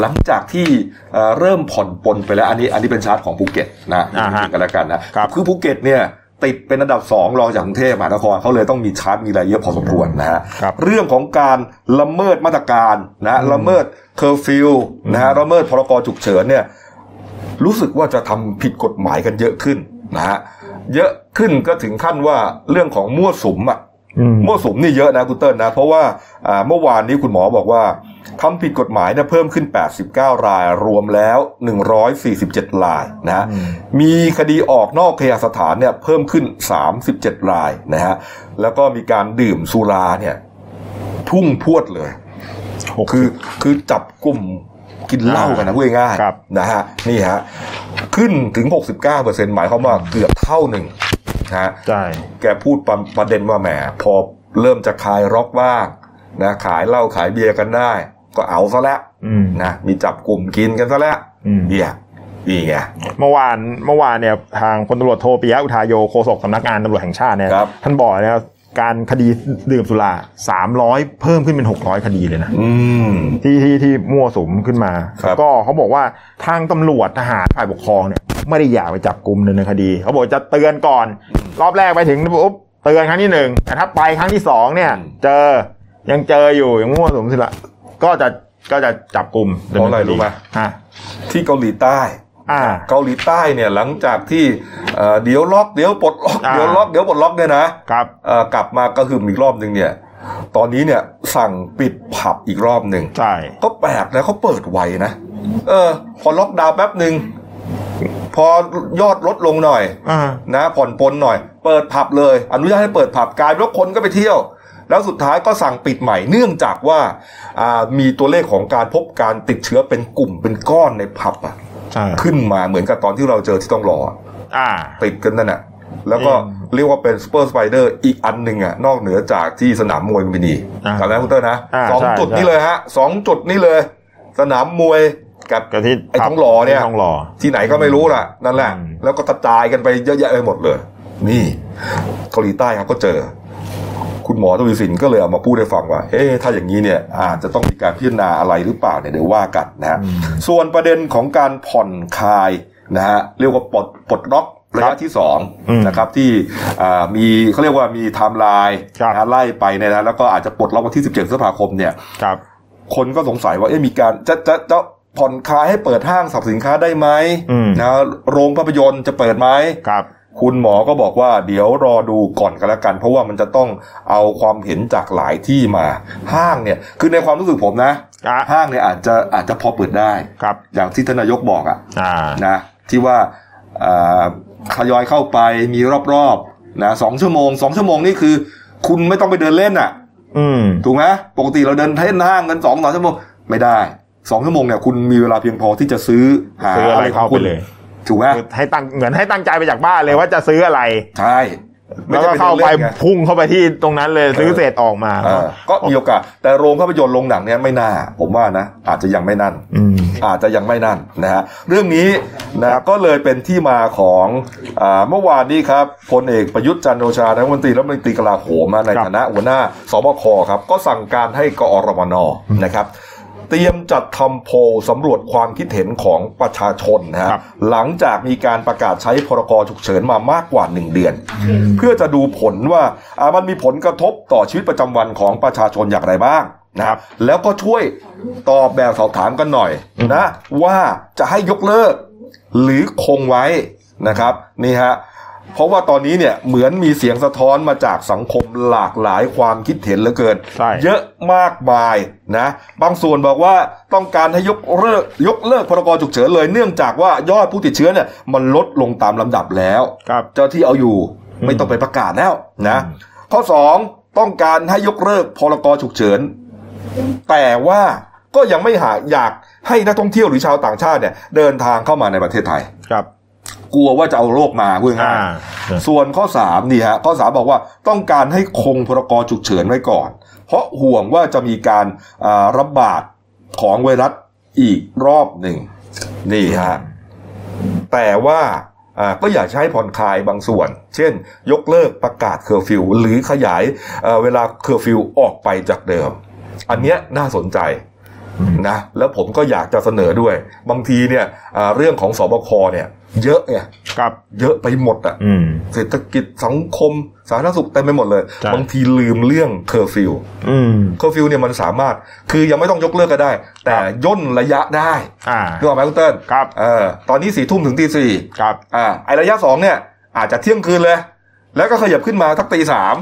S1: หลังจากที่เอ่อเริ่มผ่อนปลนไปแล้วอันนี้อันนี้เป็นชาร์ตของภูเก็ตนะ
S3: อ่าฮะ
S1: กันแล้วกันนะครับ คือภูเก็ตเนี่ยติดเป็นอันดับสองรองจากกรุงเทพมหานครเขาเลยต้องมีชาร์ตมีอะไรเยอะพอสมควรนะฮะ
S3: ครับ
S1: เรื่องของการละเมิดมาตรการนะละเมิดเคอร์ฟิวนะฮะละเมิดพรกฉุกเฉินเนี่ยรู้สึกว่าจะทำผิดกฎหมายกันเยอะขึ้นนะฮะเยอะขึ้นก็ถึงขั้นว่าเรื่องของมั่วสุมอะ
S3: อืม
S1: มั่วสุมนี่เยอะนะคุณเติ้ลนะ เพราะว่าอ่าเมื่อวานนี้คุณหมอบอกว่าทำผิดกฎหมายเนี่ยเพิ่มขึ้น 89 รายรวมแล้ว 147 รายนะฮะ มีคดีออกนอกเคหสถานเนี่ยเพิ่มขึ้น 37 รายนะฮะ แล้วก็มีการดื่มสุราเนี่ย พุ่งพรวดเลย
S3: หก
S1: คือคือจับกลุ่มกินเหล้ากันนะพูดง่ายๆ
S3: ครับ
S1: นะฮะนี่ฮะ ขึ้นถึง 69%หมายความว่าเกือบเท่าหนึ่งนะฮะ
S3: ใช่
S1: แกพูดประประเด็นว่าแหมพอเริ่มจะคลายล็อกบ้างนะขายเหล้าขายเบียร์กันได้ ก็เอาซะแล้ว
S3: อืม
S1: นะมีจับกลุ่มกินกันซะแล้ว
S3: อืม
S1: เนี่ยนี่ไง
S3: เมื่อวานเมื่อวานเนี่ยทางพลตำรวจโทปิยะอุทายโยโฆษกสำนักงานตำรวจแห่งชาติเนี่ย
S1: ครับ
S3: ท่านบอกนะครับการคดีดื่มสุรา300 เพิ่มขึ้นเป็น 600 คดีเลยนะ
S1: อืม
S3: ที่ที่ที่มั่วสุมขึ้นมา
S1: ครับ
S3: ก็เขาบอกว่าทางตำรวจทหารฝ่ายปกครองเนี่ยไม่ได้อยากไปจับกลุ่มดำเนินคดี เขาบอกจะเตือนก่อน รอบแรกไปถึงปุ๊บเตือนครั้งที่หนึ่งแต่ถ้าไปครั้งที่สองเนี่ย เจอยังเจออยู่ยังมั่วสุมสุราก็จะก็จะจับกลุ่มดำ
S1: เพราะอะ
S3: เนิ
S1: ไร
S3: นคดี
S1: รู้ไหม
S3: อ่ะ
S1: ที่เกาหลีใต้
S3: อ่า
S1: เกาหลีใต้เนี่ยหลังจากที่เอ่อเดี๋ยวล็อกเดี๋ยวปลดล็อก
S3: อ่า
S1: เดี๋ยวล็อกเดี๋ยวปลดล็อกเนี่ยนะครับ เอ่อกลับมาก็คืออีกรอบหนึ่งเนี่ย ตอนนี้เนี่ยสั่งปิดผับอีกรอบหนึ่ง
S3: ใช่
S1: ก็แปลกนะเขาเปิดไวนะเออ พอล็อกดาวน์แป๊บหนึ่งพอยอดลดลงหน่อย
S3: อ่า
S1: นะผ่อนปลนหน่อย เปิดผับเลย อนุญาตให้เปิดผับกลายเป็นว่าคนก็ไปเที่ยว แล้วสุดท้ายก็สั่งปิดใหม่เนื่องจากว่าอ่ามีตัวเลขของการพบการติดเชื้อเป็นกลุ่มเป็นก้อนในผับอะ
S3: ใช่
S1: ขึ้นมาเหมือนกับตอนที่เราเจอที่ต้องรออะ
S3: อ่า
S1: ติดกันนั่นน่ะ แล้วก็
S3: อืม
S1: เรียกว่าเป็นซูเปอร์สไปเดอร์อีกอันหนึ่งอ่ะนอกเหนือจากที่สนามมวยลุมพินี
S3: อ่า
S1: จำได้คุณเต้ยนะ
S3: อ่า
S1: สอง
S3: ใช่
S1: จุด
S3: ใช่
S1: นี่เลยฮะสองจุดนี่เลย สนามมวยกับ
S3: กะทิ
S1: ไอ้ทองหล่อเนี่ย
S3: ไทองหล่อ
S1: ที่ไหนก็ไม่รู้ล่ะนั่นแหละ
S3: อืม
S1: แล้วก็กระจายกันไปเยอะแยะไปหมดเลย นี่เกาหลีใต้ครับก็เจอ คุณหมอทวีสินก็เลยเอามาพูดให้ฟังว่าเอ๊ะถ้าอย่างนี้เนี่ยอาจจะต้องมีการพิจารณาอะไรหรือเปล่าเนี่ยเดี๋ยวว่ากันนะฮะส่วนประเด็นของการผ่อนคลายนะฮะเรียกว่าปลดปลดล็อกระยะที่สอง
S3: อืม
S1: นะครับที่อ่ามีเขาเรียกว่ามีไทม์ไลน์
S3: ครับ
S1: นะไล่ไปเนี่ยนะแล้วก็อาจจะปลดล็อกวันที่ 17พฤษภาคมเนี่ย
S3: ครับ
S1: คนก็สงสัยว่าเอ๊ะมีการจะจะจะผ่อนคลายให้เปิดห้างสรรพสินค้าได้ไหม
S3: อืม
S1: นะโรงภาพยนตร์จะเปิดไหม
S3: ครับ
S1: คุณหมอก็บอกว่าเดี๋ยวรอดูก่อนกันละกัน เพราะว่ามันจะต้องเอาความเห็นจากหลายที่มาห้างเนี่ยคือในความรู้สึกผมนะ
S3: อ่ะ
S1: ห้างเนี่ยอาจจะอาจจะพอเปิดได้
S3: ครับ
S1: อย่างที่ทานนายกบอกอะ
S3: อ่า
S1: นะที่ว่าอ่าทยอยเข้าไปมีรอบๆนะสองชั่วโมงสองชั่วโมงนี่คือ คุณไม่ต้องไปเดินเล่นอ่ะ
S3: อืม
S1: ถูกไหมปกติเราเดินเท่นห้างกันสองสามชั่วโมงไม่ได้สองชั่วโมงเนี่ยคุณมีเวลาเพียงพอที่จะซื้อหา
S3: ซื้ออะไร
S1: ข
S3: เข้า
S1: อง
S3: ไป
S1: คุณ
S3: เลย
S1: ถูกไหม
S3: คือให้ตั้งเหมือนให้ตั้งใจไปจากบ้านเลยว่าจะซื้ออะไร
S1: ใช่
S3: แล้วก็
S1: จำป็น
S3: เข้าไป
S1: ดินล่นง
S3: พุ่งเข้าไปที่ตรงนั้นเลยซื้อ
S1: เออ
S3: เสร็จออกมา
S1: เออก็มีโอกาสแต่โรงภาพยนตร์โรงหนังเนี่ยไม่น่า ผมว่านะ อาจจะยังไม่นั่น
S3: อืม
S1: อาจจะยังไม่นั่นนะฮะเรื่องนี้นะก็เลยเป็นที่มาของอาเมื่อวานนี้ครับพลเอกประยุทธ์จันทร์โอชารัฐมนตรีรัฐมนตรีกลาโหมใน
S3: ครับ
S1: ฐานะหัวหน้าสบคครับ ก็สั่งการให้กอรมนนะครับ เตรียมจัดทำโพลสำรวจความคิดเห็นของประชาชนนะฮะ
S3: ครับ
S1: หลังจากมีการประกาศใช้พรกฉุกเฉินมามากกว่า 1 เดือน เพื่อจะดูผลว่าอ่ามันมีผลกระทบต่อชีวิตประจำวันของประชาชนอย่างไรบ้างนะครับแล้วก็ช่วยตอบแบบสอบถามกันหน่อยนะ ว่าจะให้ยกเลิก หรือคงไว้นะครับนี่ฮะ เพราะว่าตอนนี้เนี่ยเหมือนมีเสียงสะท้อนมาจากสังคมหลากหลายความคิดเห็นเหลือเกิน
S3: ใช่
S1: เยอะมากมายนะ บางส่วนบอกว่าต้องการให้ยกเลิกยกเลิกพรกฉุกเฉินเลยเนื่องจากว่ายอดผู้ติดเชื้อเนี่ยมันลดลงตามลำดับแล้ว
S3: ครับ
S1: เจ้าที่เอาอยู่
S3: อืม
S1: ไม่ต้องไปประกาศแล้วนะ
S3: อืม
S1: ข้อสองต้องการให้ยกเลิกพรกฉุกเฉิน แต่ว่าก็ยังไม่หาอยากให้นักท่องเที่ยวหรือชาวต่างชาติเนี่ยเดินทางเข้ามาในประเทศไทย
S3: ครับ
S1: กลัวว่าจะเอาโรคมาพูด
S3: อ่า
S1: ง่ายๆส่วนข้อ3นี่ฮะข้อสามบอกว่าต้องการให้คงพรกฉุกเฉินไว้ก่อน เพราะห่วงว่าจะมีการอ่าระบาดของไวรัสอีกรอบหนึ่งนี่ฮะ แต่ว่าอ่าก็อยากจะใช้ผ่อนคลายบางส่วน เช่น ยกเลิกประกาศเคอร์ฟิวหรือขยายเอ่อเวลาเคอร์ฟิวออกไปจากเดิม อันเนี้ยน่าสนใจนะแล้วผมก็อยากจะเสนอด้วย บางทีเนี่ยอ่าเรื่องของสบคเนี่ยเยอะไง
S3: ครับ
S1: เยอะไปหมดอะ
S3: อืม
S1: เศรษฐกิจสังคมสาธารณสุขเต็มไปหมดเลย
S3: ใช่
S1: บางทีลืมเรื่องเคอร์ฟิว
S3: อืม
S1: เคอร์ฟิวเนี่ยมันสามารถคือยังไม่ต้องยกเลิกก็ได้ แต่ย่นระยะได้
S3: อ่า
S1: นึกออกไหมคุณเติ้ล
S3: ครับ
S1: เออตอนนี้สี่ทุ่มถึงตีสี่
S3: ครับ
S1: อ่าไอระยะสองเนี่ยอาจจะเที่ยงคืนเลย แล้วก็ขยับขึ้นมาทักตีสาม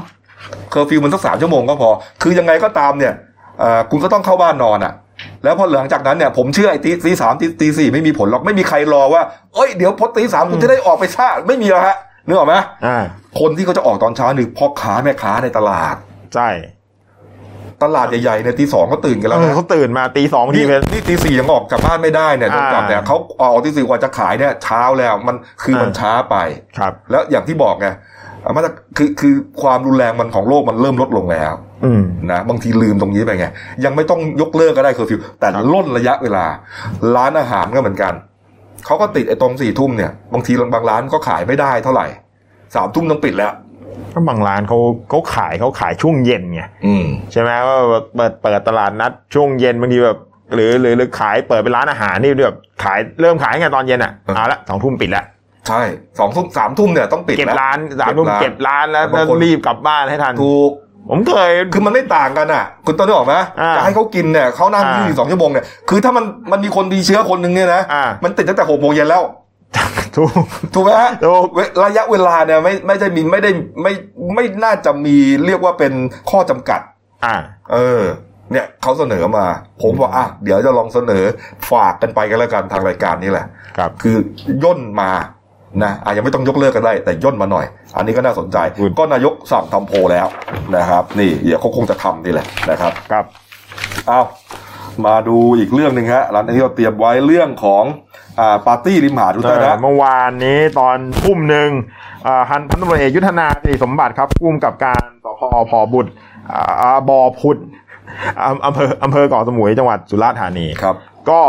S1: เคอร์ฟิวมันสักสามชั่วโมงก็พอ คือยังไงก็ตามเนี่ยเอ่อคุณก็ต้องเข้าบ้านนอนอะ่ะ แล้วพอหลังจากนั้นเนี่ยผมเชื่อไอ้ตีตีสามตีตีสี่ไม่มีผลหรอกไม่มีใครรอว่าเอ้ยเดี๋ยวพอตีสามคุณจะได้ออกไปซ่าไม่มีหรอกฮะนึกออกไหม
S3: อ่า
S1: คนที่เขาจะออกตอนเช้าหนึ่งพ่อค้าแม่ค้าในตลาด
S3: ใช่
S1: ตลาดใหญ่ๆเนี่ยตีสองก็ตื่นกันแล้ว
S3: เออ
S1: นะ
S3: เขาตื่นมาตีสองที
S1: นี่
S3: เป็น
S1: นี่ตีสี่ยังออกจากบ้านไม่ได้เนี่ยจนกลับเนี่ย
S3: อ่า
S1: เขาออกตีสี่กว่าจะขายเนี่ยเช้าแล้วมันคือมัน
S3: อ่า
S1: ช้าไป
S3: ครับ
S1: แล้วอย่างที่บอกไงอ่ะมาตรคือคือความรุนแรงมันของโลกมันเริ่มลดลงแล้ว
S3: อืม
S1: นะบางทีลืมตรงนี้ไปไง ยังไม่ต้องยกเลิกก็ได้เคอร์ฟิว แต่ล่นระยะเวลา ร้านอาหารก็เหมือนกัน เขาก็ติดไอ้ตรงสี่ทุ่มเนี่ย บางทีบางร้านก็ขายไม่ได้เท่าไหร่สามทุ่มต้องปิดแล้ว
S3: ก็บางร้านเขาเขาขายเขาขายช่วงเย็นไง
S1: อืม
S3: ใช่ไหมว่าเปิดเปิดตลาดนัดช่วงเย็นบางทีแบบหรือหรือหรือขายเปิดเป็นร้านอาหารนี่แบบขายเริ่มขายไงตอนเย็นอ่ะ
S1: เออ
S3: เอาละสองทุ่มปิดละ
S1: ใช่สองทุ่มสามทุ่มเนี่ยต้องปิด
S3: เก็บ
S1: แล้ว
S3: ร้านสามทุ่ม
S1: เก็
S3: เก็
S1: บบ ร้า
S3: ร้านนแล้ว
S1: บางคน
S3: รีบกลับบ้านให้ทัน
S1: ถูก
S3: ผมเคย
S1: คือมันไม่ต่างกันอ่ะ คุณต้นนึกออกไหม
S3: อ่า
S1: จะให้เขากินเนี่ยเขานั่ง
S3: อ่า
S1: อยู่สองชั่วโมงเนี่ยคือถ้ามันมันมีคนมีเชื้อคนหนึ่งเนี่ยนะ
S3: อ่ามั
S1: มันติดตั้งแต่หกโมงเย็นแล้ว
S3: ถูก
S1: ถูกไหมฮะ
S3: ถูก
S1: เวระยะเวลาเนี่ยไม่ไม่ได้มีไม่ได้ไม่ไม่น่าจะมีเรียกว่าเป็นข้อจำกัด
S3: อ่า
S1: เออ เนี่ยเขาเสนอมา ผมบอกอ่ะเดี๋ยวจะลองเสนอฝากกันไปกันแล้วกันทางรายการนี้แหละ
S3: ครับ
S1: คือย่นมานะอาจจะยังไม่ต้องยกเลิกกันได้ แต่ย่นมาหน่อย อันนี้ก็น่าสนใจ
S3: อืม
S1: ก็นายกสั่งทำโพลแล้วนะครับ นี่เดี๋ยวเขาคงจะทำนี่แหละนะครับ
S3: ครับ
S1: เอามาดูอีกเรื่องหนึ่งฮะหลังจากที่เราเตรียมไว้เรื่องของอ่าปาร์ตี้ริมหาดดูเตอร์นะ
S3: เมื่อวานนี้ตอนทุ่มหนึ่งอ่าพันพันตำรวจเอกยุทธนาสิริสมบัติครับผู้กำกับการสพพบุตรอ่าอ่าบอพุดอำอำเภออำเภอเกาะสมุยจังหวัดสุราษฎร์ธานี
S1: ครับ
S3: ก็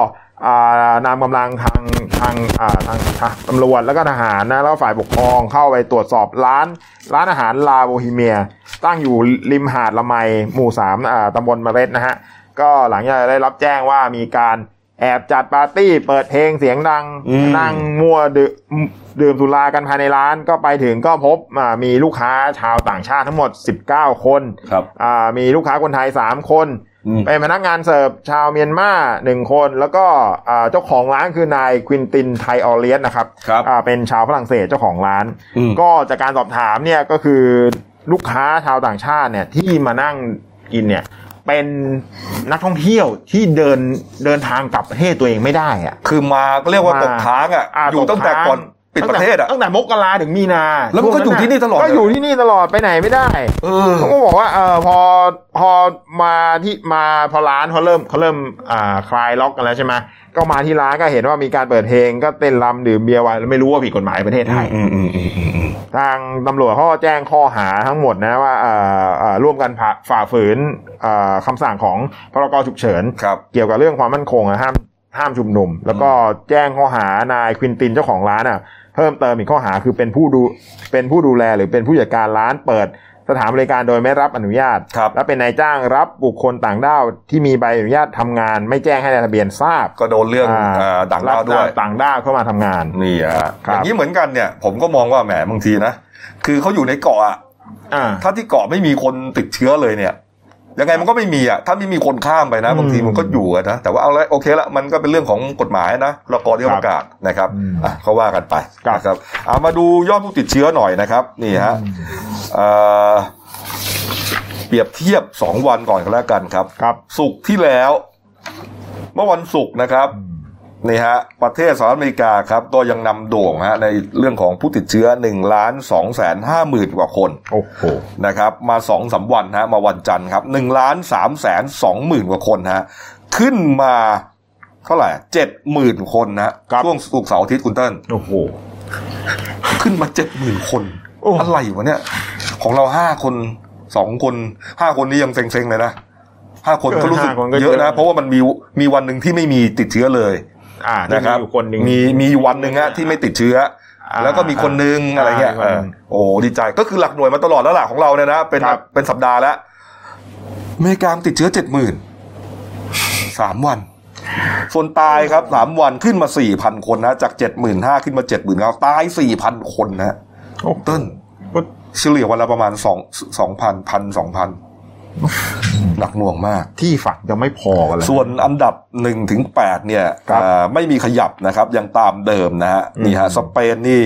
S3: อ่านำกำลังทางทางอ่าทางทางตำรวจแล้วก็ทหารนะแล้วก็ฝ่ายปกครองเข้าไปตรวจสอบร้าน ร้านอาหารลาโบฮีเมีย ตั้งอยู่ริมหาดละไมหมู่สามอ่าตำบลมะเร็ดนะฮะ ก็หลังจากได้รับแจ้งว่ามีการแอบจัดปาร์ตี้เปิดเพลงเสียงดัง
S1: อืม
S3: นั่งมั่วดื่มดื่มสุรากันภายในร้านก็ไปถึงก็พบอ่ามีลูกค้าชาวต่างชาติทั้งหมด 19 คน
S1: ครับ
S3: อ่ามีลูกค้าคนไทย 3 คน
S1: อืม
S3: เป็นพนักงานเสิร์ฟชาวเมียนมาหนึ่งคน แล้วก็อ่าเจ้าของร้านคือนายควินตินไทออเลียนนะครับ
S1: ครับ
S3: อ่าเป็นชาวฝรั่งเศสเจ้าของร้าน
S1: อืม
S3: ก็จากการสอบถามเนี่ยก็คือลูกค้าชาวต่างชาติเนี่ยที่มานั่งกินเนี่ยเป็นนักท่องเที่ยวที่เดินเดินทางกลับประเทศตัวเองไม่ได้อะ
S1: คือมาเรียกว่า
S3: มา
S1: ตกค้างอ่ะ
S3: อ่ะ
S1: อยู่ตั้งแต่
S3: ค้า
S1: ก่อนปิดประเทศอ่ะ
S3: ตั้งแต่มกราถึงมีนา
S1: แล้วมันก็อยู่ที่นี่ตลอดเลย
S3: ก็อยู่ที่นี่ตลอดไปไหนไม่ได้
S1: เออ
S3: เขาก็บอกว่าเออพอพอมาที่มาพอร้านเขาเริ่มเขาเริ่มอ่าคลายล็อกกันแล้วใช่ไหมก็มาที่ร้านก็เห็นว่ามีการเปิดเพลงก็เต้นรำดื่มเบียร์ไว้แล้วไม่รู้ว่าผิดกฎหมายประเทศไทย
S1: อืมอืมอืมอืมอืม
S3: ทางตำรวจเขาก็แจ้งข้อหาทั้งหมดนะว่าเอ่อเอ่อร่วมกันฝ่าฝ่าฝืนเอ่อคำสั่งของพรกฉุกเฉิน
S1: ครับ
S3: เกี่ยวกับเรื่องความมั่นคงอะห้ามห้ามชุมนุม แล้วก็แจ้งข้อหานายควินตินเจ้าของร้านอะเพิ่มเติมอีกข้อหาคือเป็นผู้ดูเป็นผู้ดูแลหรือเป็นผู้จัดการร้านเปิดสถานบริการโดยไม่รับอนุญาต
S1: ครับ
S3: และเป็นนายจ้างรับบุคคลต่างด้าวที่มีใบอนุญาตทำงาน ไม่แจ้งให้นายทะเบียนทราบ
S1: ก็โดนเรื่องเอ่อต่างดาวด้วย
S3: รับต่างด้าวเข้ามาทำงาน
S1: นี่ฮะ
S3: ค
S1: อ
S3: รั
S1: บ ย่างนี้เหมือนกันเนี่ย ผมก็มองว่าแหมบางทีนะ คือเขาอยู่ในเกาะอะ
S3: อ่า
S1: ถ้าที่เกาะไม่มีคนติดเชื้อเลยเนี่ย ยังไงมันก็ไม่มีอ่ะถ้าไม่มีคนข้ามไปนะ บางที
S3: อืม
S1: มันก็อยู่อะนะแต่ว่าเอาละโอเคละมันก็เป็นเรื่องของกฎหมายนะพรกที่ออกอากาศนะครับ
S3: อืม
S1: อ่ะเขาว่ากันไป
S3: ครับ
S1: นะครับเอามาดูยอดผู้ติดเชื้อหน่อยนะครับ นี่ฮะเอ่อเปรียบเทียบ 2 วันก่อนก็แล้วกันครับ
S3: ครับ
S1: ศุกร์ที่แล้ว เมื่อวันศุกร์นะครับนี่ฮะประเทศสหรัฐอเมริกาครับ ก็ยังนำโด่งฮะในเรื่องของผู้ติดเชื้อ1ล้าน2แสนห้าหมื่นกว่าคน
S3: โอ้โห
S1: นะครับ มา2อสาวันฮะมาวันจันทร์ครับ1ล้าน3แสน2หมื่นกว่าคนฮะขึ้นมาเท่าไหร่เจ็ดหมื่นคนนะฮะ
S3: ครับ
S1: ช่วงศุกร์เสาร์อาทิตย์คุณเติ้ล
S3: โอ้โห
S1: ขึ้นมาเจ็ดหมื่นคน
S3: โอ้
S1: อะไรวะเนี่ย ของเราห้าคนสองคนห้าคนนี้ยังเซ็งๆเลยนะห้าคนก็รู้สึก
S3: ห้าคนก็เย
S1: เย
S3: อะ
S1: อะนะ เพราะว่ามันมีมีวันหนึ่งที่ไม่มีติดเชื้อเลย
S3: อ่านะ
S1: นะ
S3: ค
S1: ค
S3: รั
S1: รั
S3: บบ อยู่คนหนึ่ง
S1: มีมีอยู่วันหนึ่งฮะที่ไม่ติดเชื้อ
S3: า
S1: แล้วก็มีคนนึง
S3: อ่า
S1: อะไรเงี้ย
S3: มีคนหนึ่
S1: เ
S3: ง
S1: ออโอ้ดีใจก็คือหลักหน่วยมาตลอดแล้วหลักของเราเนี่ยนะเป็น
S3: ครับ
S1: เป็นสัปดาห์แล้วอเมริกาติดเชื้อเจ็ดหมื่นสามวัน ส่วนตายครับสามวันขึ้นมาสี่พันคนนะ จากเจ็ดหมื่นห้าขึ้นมาเจ็ดหมื่นเก้าตายสี่พันคนนะ
S3: โอ้
S1: เติ้ล
S3: ก็
S1: เฉลี่ยวันละประมาณสองสองพันพันสองพันหนักหน่วงมาก
S3: ที่ฝังยังไม่พอกันเลย
S1: ส่วนอันดับหนึ่งถึงแปดเนี่ย
S3: ครับ
S1: เอ่อไม่มีขยับนะครับ ยังตามเดิมนะฮะ
S3: อืม
S1: นี่ฮะสเปนนี่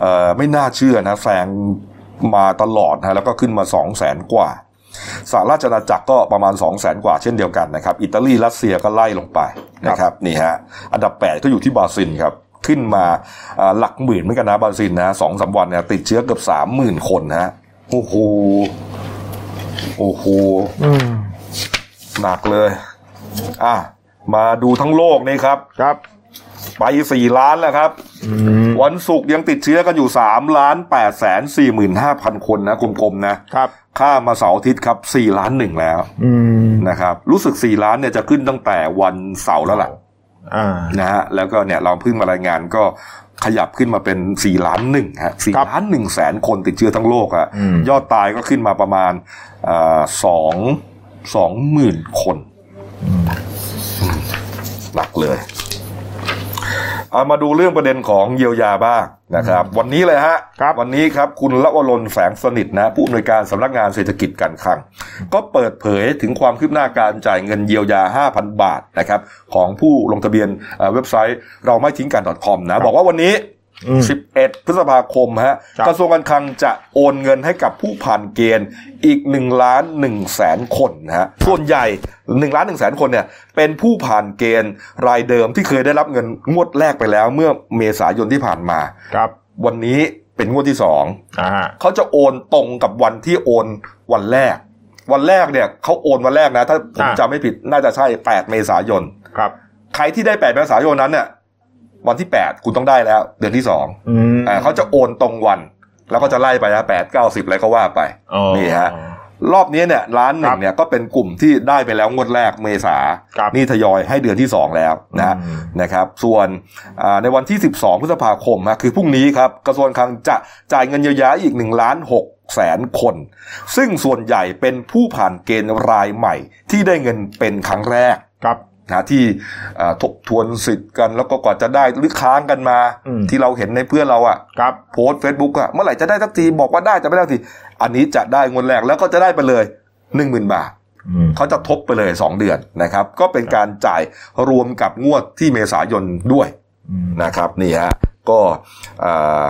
S1: เอ่อไม่น่าเชื่อนะแซงมาตลอดนะฮะแล้วก็ขึ้นมาสองแสนกว่าสหราชอาณาจักรก็ประมาณ2 0 0 0 0 0 กว่าเช่นเดียวกันนะครับ อิตาลีรัสเซียก็ไล่ลงไปนะครับนี่ฮะอันดับ 8 ก็อยู่ที่บราซิลครับ ขึ้นมาเอ่อหลักหมื่นเหมือนกันนะบราซิลนะสองสามวันเนี่ยติดเชื้อเกือบสามหมื่นคนนะฮะโอ้โหโอ้โห
S3: อืม
S1: หนักเลย อ่ะ มาดูทั้งโลกนี่ครับ
S3: ครับ
S1: ไปสี่ล้านแล้วครับ
S3: อืม
S1: วันศุกร์ยังติดเชื้อกันอยู่สามล้านแปดแสนสี่หมื่นห้าพันคนนะกลมๆนะ
S3: ครับ
S1: ข้ามมาเสาร์อาทิตย์ครับสี่ล้านหนึ่งแล้ว
S3: อืม
S1: นะครับ รู้สึกสี่ล้านเนี่ยจะขึ้นตั้งแต่วันเสาร์แล้วล่ะ
S3: อ่า
S1: นะฮะ แล้วก็เนี่ยเราเพิ่งมารายงานก็ขยับขึ้นมาเป็นสี่ล้านหนึ่งฮะสี่
S3: ครับ
S1: ล้านหนึ่งแสนคนติดเชื้อทั้งโลกอะ
S3: อืม
S1: ยอดตายก็ขึ้นมาประมาณสองสองหมื่นคน หนักเลย เอามาดูเรื่องประเด็นของเยียวยาบ้างนะครับ วันนี้เลยฮะ
S3: ครับ
S1: วันนี้ครับคุณละวรนแสงสนิทนะ ผู้อำนวยการสำนักงานเศรษฐกิจการคลัง ก็เปิดเผยถึงความคืบหน้าการจ่ายเงินเยียวยา 5,000 บาทนะครับ ของผู้ลงทะเบียนเอ่อเว็บไซต์เราไม่ทิ้งกัน .com นะ บอกว่าวันนี้
S3: อืม
S1: 11 พฤษภาคมฮะ
S3: ครับ
S1: กระทรวงการคลังจะโอนเงินให้กับผู้ผ่านเกณฑ์อีก1ล้าน1แสนคนนะฮะส่วนใหญ่1ล้าน1แสนคนเนี่ยเป็นผู้ผ่านเกณฑ์รายเดิมที่เคยได้รับเงินงวดแรกไปแล้ว เมื่อเมษายนที่ผ่านมา
S3: ครับ
S1: วันนี้เป็นงวดที่ 2
S3: อ่าฮะ
S1: เขาจะโอนตรงกับวันที่โอนวันแรก วันแรกเนี่ยเขาโอนวันแรกนะ ถ้าผมจำไม่ผิดน่าจะใช่ 8 เมษายน
S3: ครับ
S1: ใครที่ได้ 8 เมษายนนั้นเนี่ยวันที่ 8 คุณต้องได้แล้ว เดือนที่ 2
S3: อืม
S1: อ่าเขาจะโอนตรงวัน แล้วก็จะไล่ไปนะแปดเก้าสิบอะไรก็ว่าไป
S3: อ๋อ
S1: นี่ฮะ รอบนี้เนี่ยร้านหนึ่
S3: ครั
S1: ง
S3: บ
S1: เนี่ยก็เป็นกลุ่มที่ได้ไปแล้วงวดแรกเมษา
S3: ครับ
S1: นี่ทยอยให้เดือนที่ 2 แล้วนะ
S3: อืม
S1: นะครับ ส่วนอ่าในวันที่ 12 พฤษภาคมนะคือพรุ่งนี้ครับกระทรวงคลังจะจ่ายเงินเยียวยาอีก1ล้าน6แสนคน ซึ่งส่วนใหญ่เป็นผู้ผ่านเกณฑ์รายใหม่ ที่ได้เงินเป็นครั้งแรก
S3: ครับ
S1: นะที่เอ่อทบทวนสิทธิ์กันแล้วก็กว่าจะได้หรือค้างกันมา
S3: อืม
S1: ที่เราเห็นในเพื่อนเราอะ
S3: ครับ
S1: โพสต์เฟซบุ๊กอะเมื่อไหร่จะได้สักทีบอกว่าได้จะไม่ได้สักทีอันนี้จะได้งวดแรกแล้วก็จะได้ไปเลยหนึ่งหมื่นบาท
S3: อืม
S1: เขาจะทบไปเลย 2 เดือนนะครับ ก็เป็นการจ่ายรวมกับงวดที่เมษายนด้วย
S3: อืม
S1: นะครับนี่ฮะก็เอ่อ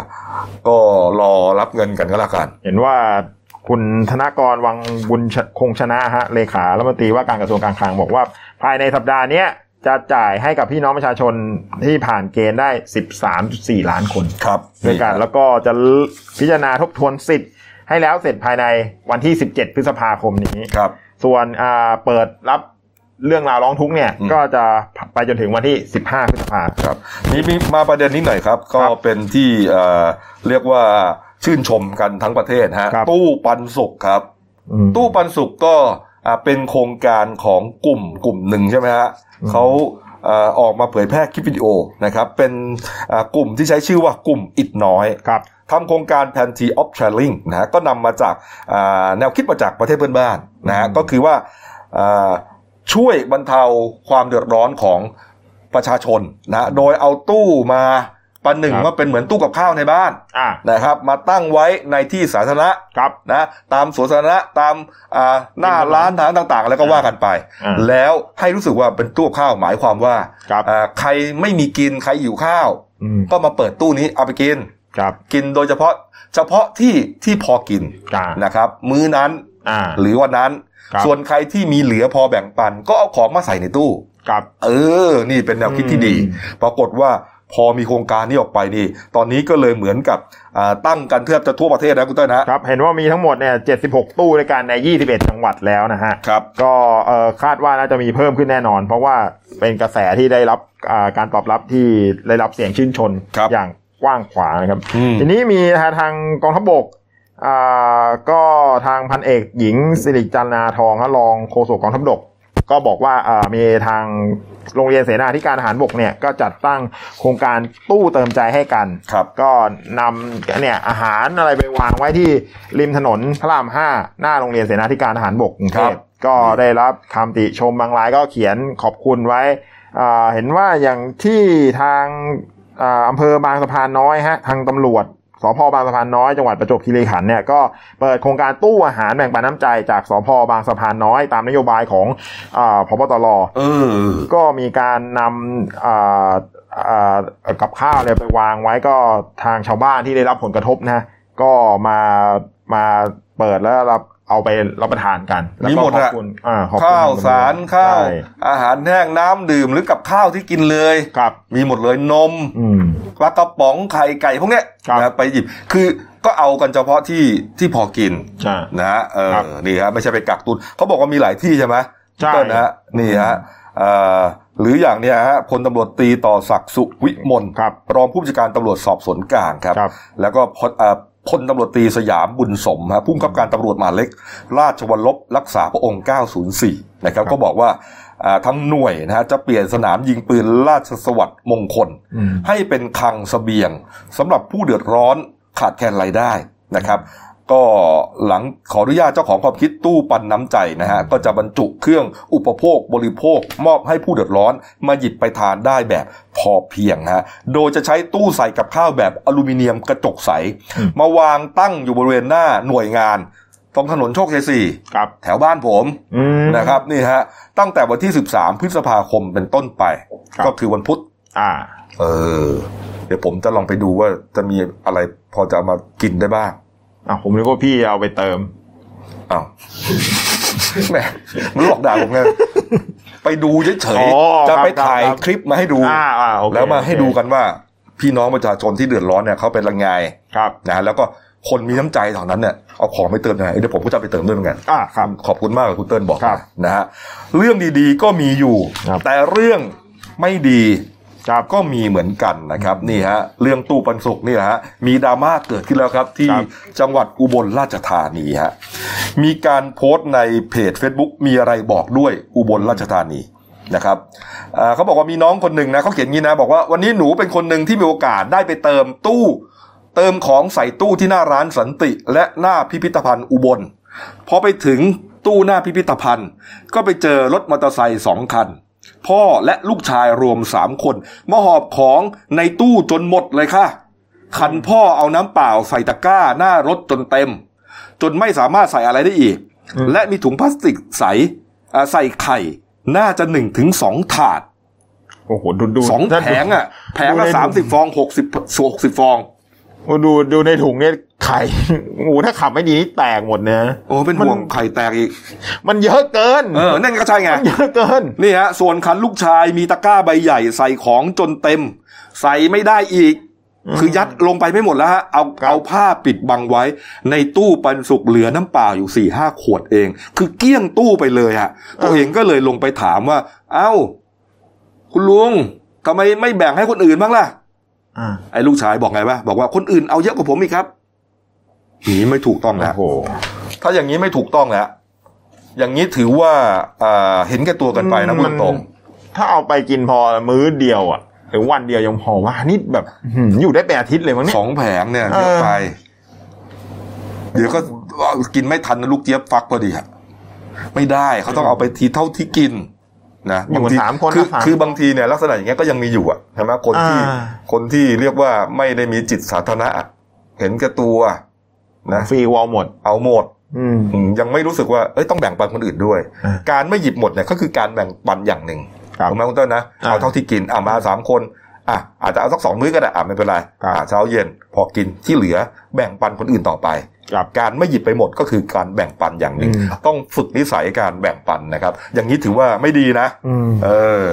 S1: ก็รอรับเงินกันก็แล้วกัน
S3: เห็นว่าคุณธนากรวังบุญชคงชนะฮะเลขารัฐมนตรีว่าการกระทรวงการคลังบอกว่า ภายในสัปดาห์เนี้ยจะจ่ายให้กับพี่น้องประชาชนที่ผ่านเกณฑ์ได้ 13.4 ล้านคน
S1: ครับ
S3: ด้วยกันแล้วก็จะพิจารณาทบทวนสิทธิ์ให้แล้วเสร็จภายในวันที่ 17 พฤษภาคมนี้
S1: ครับ
S3: ส่วนอ่าเปิดรับเรื่องราวร้องทุกข์เนี่ย
S1: อืม
S3: ก็จะไปจนถึงวันที่ 15 พฤษภา
S1: ครับนี่มีมาประเด็นนี้หน่อยครับ ก็
S3: ครับ
S1: เป็นที่เอ่อเรียกว่าชื่นชมกันทั้งประเทศฮะ
S3: ครับ
S1: ตู้ปันสุขครับ
S3: อืม
S1: ตู้ปันสุขก็อ่าเป็นโครงการของกลุ่มกลุ่มหนึ่งใช่ไหมฮะ
S3: อืม
S1: เขาเอ่อออกมาเผยแพร่คลิปวิดีโอนะครับเป็นอ่ากลุ่มที่ใช้ชื่อว่ากลุ่มอิดน้อย
S3: ครับ
S1: ทำโครงการ p a n t y of Sharing นะฮะก็นำมาจากอ่าแนวคิดมาจากประเทศเพื่อนบ้านนะฮะก็คือว่าอ่าช่วยบรรเทาความเดือดร้อนของประชาชนนะโดยเอาตู้มา ประหนึ่ง
S3: ครับ
S1: ว่าเป็นเหมือนตู้กับข้าวในบ้าน
S3: อ่า
S1: นะครับ มาตั้งไว้ในที่สาธารณะ
S3: ครับ
S1: นะตามสวนสาธารณะตามอ่าหน้า
S3: ริมถนน
S1: ร้านทางต่างๆ แล้วก็ว่ากันไป
S3: อ่า
S1: แล้วให้รู้สึกว่าเป็นตู้กับข้าวหมายความว่า
S3: ครับ
S1: อ่าใครไม่มีกินใครอยู่ข้าว
S3: อืม
S1: ก็มาเปิดตู้นี้เอาไปกิน
S3: ครับ
S1: กินโดยเฉพาะเฉพาะที่ที่พอกิน
S3: อ่า
S1: นะครับ มื้อนั้น
S3: อ่า
S1: หรือวันนั้น
S3: ครับ
S1: ส่วนใครที่มีเหลือพอแบ่งปัน ก็เอาของมาใส่ในตู้
S3: ครับ
S1: เออ นี่เป็นแนวคิดที่ดี
S3: อืม
S1: ปรากฏว่าพอมีโครงการนี้ออกไปนี่ ตอนนี้ก็เลยเหมือนกับอ่าตั้งกันเทือบจะทั่วประเทศนะคุณเต้ยนะครับ
S3: เห็นว่ามีทั้งหมดเนี่ย76 ตู้ในการใน 21 จังหวัดแล้วนะฮะ
S1: ครับ
S3: ก็เอ่อคาดว่าน่าจะมีเพิ่มขึ้นแน่นอน เพราะว่าเป็นกระแสที่ได้รับอ่าการตอบรับที่ได้รับเสียงชื่นชน
S1: ครับ
S3: อย่างกว้างขวางนะครับ
S1: อืม
S3: ทีนี้มีนะฮะทางกองทัพบกอ่าก็ทางพันเอกหญิงสิริจันนาทองฮะรองโฆษกกองทัพบก ก็บอกว่าอ่ามีทางโรงเรียนเสนาธิการทหารบกเนี่ยก็จัดตั้งโครงการตู้เติมใจให้กัน
S1: ครับ
S3: ก็นำเนี่ยอาหารอะไรไปวางไว้ที่ริมถนนพระรามห้าหน้าโรงเรียนเสนาธิการทหารบกกรุงเท
S1: ครั
S3: พ
S1: บ
S3: ก็ได้รับคำติชมบางรายก็เขียนขอบคุณไว้อ่าเห็นว่าอย่างที่ทางอ่าอำเภอบางสะพานน้อยฮะทางตำรวจสพบางสะพานน้อยจังหวัดประจวบคีรีขันธ์เนี่ยก็เปิดโครงการตู้อาหารแบ่งปันน้ำใจจากสพบางสะพานน้อยตามนโยบายของอาพบตร
S1: เออ
S3: ก็มีการนำอ่าอ่ากับข้าวเนี่ยไปวางไว้ก็ทางชาวบ้านที่ได้รับผลกระทบนะ ก็มามาเปิดแล้วรับเอาไปรับประทานกันแล้ว
S1: มี
S3: ก็
S1: หมด
S3: ขอ
S1: อะ
S3: บคุณอ่าขอบคุณ
S1: ข้าวสารข้าว
S3: ใช่
S1: อาหารแห้งน้ำดื่มหรือกับข้าวที่กินเลย
S3: ครับ
S1: มีหมดเลยนม
S3: อืม
S1: ปลากระป๋องไข่ไก่พวกเนี้ย
S3: ครับ
S1: นะไปหยิบคือก็เอากันเฉพาะที่ที่พอกิน
S3: ใช่
S1: นะฮะเออ
S3: ครับ
S1: นี่ฮะไม่ใช่ไปกักตุนเขาบอกว่ามีหลายที่ใช่ไหม
S3: ใช่
S1: ต้นนะฮะนี่ฮะเอ่อหรืออย่างเนี้ยฮะพลตำรวจตรีต่อศักดิ์สุวิมล
S3: ครับ
S1: รองผู้บัญชาการตำรวจสอบสวนกลางครับ
S3: ครับ
S1: แล้วก็พลเอ่อพลตำรวจตรีสยามบุญสมฮะผู้กำกับการตำรวจมหาดเล็ก ราชวัลลบรักษาพระองค์ 904 นะครับ
S3: ครับ
S1: ก็บอกว่าอ่าทั้งหน่วยนะฮะจะเปลี่ยนสนามยิงปืนราชสวัสดิ์มงคล
S3: อืม
S1: ให้เป็นคลังเสบียงสำหรับผู้เดือดร้อนขาดแคลนรายได้นะครับ ก็หลังขออนุญาตเจ้าของความคิดตู้ปันน้ำใจนะฮะก็จะบรรจุเครื่องอุปโภคบริโภค มอบให้ผู้เดือดร้อนมาหยิบไปทานได้แบบพอเพียงฮะโดยจะใช้ตู้ใส่กับข้าวแบบอลูมิเนียมกระจกใส
S3: อืม
S1: มาวางตั้งอยู่บริเวณหน้าหน่วยงาน ตรงถนนโชคชัยสี่
S3: ครับ
S1: แถวบ้านผม
S3: อืม
S1: นะครับนี่ฮะตั้งแต่วันที่ 13 พฤษภาคมเป็นต้นไป
S3: ครับ
S1: ก็คือวันพุธ
S3: อ่า
S1: เออ เดี๋ยวผมจะลองไปดูว่าจะมีอะไรพอจะเอามากินได้บ้าง
S3: อ่ะผมนึกว่าพี่เอาไปเติม
S1: อ้าว แหมมันหลอกด่าผมไงไปดูเฉย
S3: อ๋อ
S1: ๆจะไป
S3: ครับ
S1: ถ่าย
S3: ครับ
S1: คลิปมาให้ดู
S3: อ่าอ่าโอเค
S1: แล้วมาให้
S3: โอเค
S1: ดูกันว่า พี่น้องประชาชนที่เดือดร้อนเนี่ยเขาเป็นยังไง
S3: ครับ
S1: นะแล้วก็คนมีน้ำใจแถวนั้นเนี่ยเอาของไปเติมหน่อยเดี๋ยวผมก็จะไปเติมด้วยเหมือนกัน
S3: อ่าครับ
S1: ขอบคุณมากกับคุณเติ้ลบอก
S3: ครับ
S1: นะฮะเรื่องดีๆก็มีอยู่
S3: ครับ
S1: แต่เรื่องไม่ดี
S3: ครับ
S1: ก็มีเหมือนกันนะครับนี่ฮะเรื่องตู้ปันสุกนี่แหละฮะมีดราม่าเกิดขึ้นแล้วครับ ที่
S3: ครับ
S1: จังหวัดอุบลราชธานีฮะมีการโพสต์ในเพจ Facebook มีอะไรบอกด้วยอุบลราชธานีนะครับเอ่อเขาบอกว่ามีน้องคนหนึ่งนะเขาเขียนงี้นะ บอกว่าวันนี้หนูเป็นคนหนึ่งที่มีโอกาสได้ไปเติมตู้ เติมของใส่ตู้ที่หน้าร้านสันติ และหน้าพิพิธภัณฑ์อุบลพอไปถึงตู้หน้าพิพิธภัณฑ์ ก็ไปเจอรถมอเตอร์ไซค์สองคัน พ่อและลูกชายรวมสามคนมาหอบของในตู้จนหมดเลยค่ะ คันพ่อเอาน้ำเปล่าใส่ตะกร้าหน้ารถจนเต็ม จนไม่สามารถใส่อะไรได้อีก
S3: อืม
S1: และมีถุงพลาสติกใสอ่าใส่ไข่ น่าจะหนึ่งถึงสองถาด
S3: โอ้โหดูดู
S1: สอง
S3: ถ้า
S1: แผ
S3: ดู
S1: งอ่ะแผงละ
S3: ดูใน
S1: สามสิบฟองหกสิบหกสิบฟอง
S3: โอ้ดูดูในถุงเนี่ยไข่ หมูถ้าขับไม่ดีนี่แตกหมดเนี่ย
S1: โอ้เป็น
S3: มัน
S1: ห่วงไข่แตกอีก
S3: มันเยอะเกิน
S1: เออ นั่นก็ใช่ไง
S3: มันเยอะเกิน
S1: นี่ฮะ ส่วนคันลูกชายมีตะกร้าใบใหญ่ใส่ของจนเต็ม ใส่ไม่ได้อีก
S3: อืม
S1: คือยัดลงไปไม่หมดแล้วฮะ เอา
S3: ครับ
S1: เอาผ้าปิดบังไว้ ในตู้ปันสุกเหลือน้ำเปล่าอยู่สี่ห้าขวดเอง คือเกลี้ยงตู้ไปเลยฮะ ตัวเองก็เลยลงไปถามว่า เอ้า คุณลุงทำไมไม่แบ่งให้คนอื่นบ้างล่ะ
S3: อ่า
S1: ไอ้ลูกชายบอกไงวะบอกว่าคนอื่นเอาเยอะกว่าผมอีกครับอย่างนี้ไม่ถูกต้องแล้ว
S3: โอ้โห
S1: ถ้าอย่างนี้ไม่ถูกต้องแล้ว อย่างนี้ถือว่าอ่าเห็นแก่ตัวกันไปนะ
S3: อืม
S1: พูดตรง
S3: ถ้าเอาไปกินพอมื้อเดียวอ่ะหรือวันเดียวยังพอว่านี่แบบหืมอยู่ได้แปดอาทิตย์เลยมั้งเนี่ย
S1: สองแผงเนี่ยเยอะไป เดี๋ยวก็กินไม่ทันนะลูกเจี๊ยบฟักพอดีฮะไม่ได้เขาต้องเอาไปทีเท่าที่กิน นะ
S3: อยู่
S1: บางที
S3: สามคน
S1: คือ
S3: นะสาม
S1: คือบางทีเนี่ยลักษณะอย่างเงี้ยก็ยังมีอยู่อ่ะใช่ไหมคนที่
S3: อ่า
S1: คนที่เรียกว่าไม่ได้มีจิตสาธารณะอะเห็นแก่ตัวนะ
S3: ฟรีวอลหมด
S1: เอาหมด
S3: อืม
S1: อืมยังไม่รู้สึกว่าเอ้ยต้องแบ่งปันคนอื่นด้วย
S3: อ่า
S1: การไม่หยิบหมดเนี่ยก็คือการแบ่งปันอย่างหนึ่ง
S3: ครับ
S1: ถูกไหมคุณเต้นนะ
S3: อ่า
S1: เอาเท่าที่กินอ่ะมาสามคนอ่ะอาจจะเอาสักสองมื้อก็ได้อ่ะไม่เป็นไร
S3: ครับ
S1: อ่ะเช้าเย็นพอกินที่เหลือแบ่งปันคนอื่นต่อไป
S3: ครับ
S1: การไม่หยิบไปหมดก็คือการแบ่งปันอย่างหนึ่ง
S3: อืม
S1: ต้องฝึกนิสัยการแบ่งปันนะครับ อย่างนี้ถือว่าไม่ดีนะ
S3: อืม
S1: เออ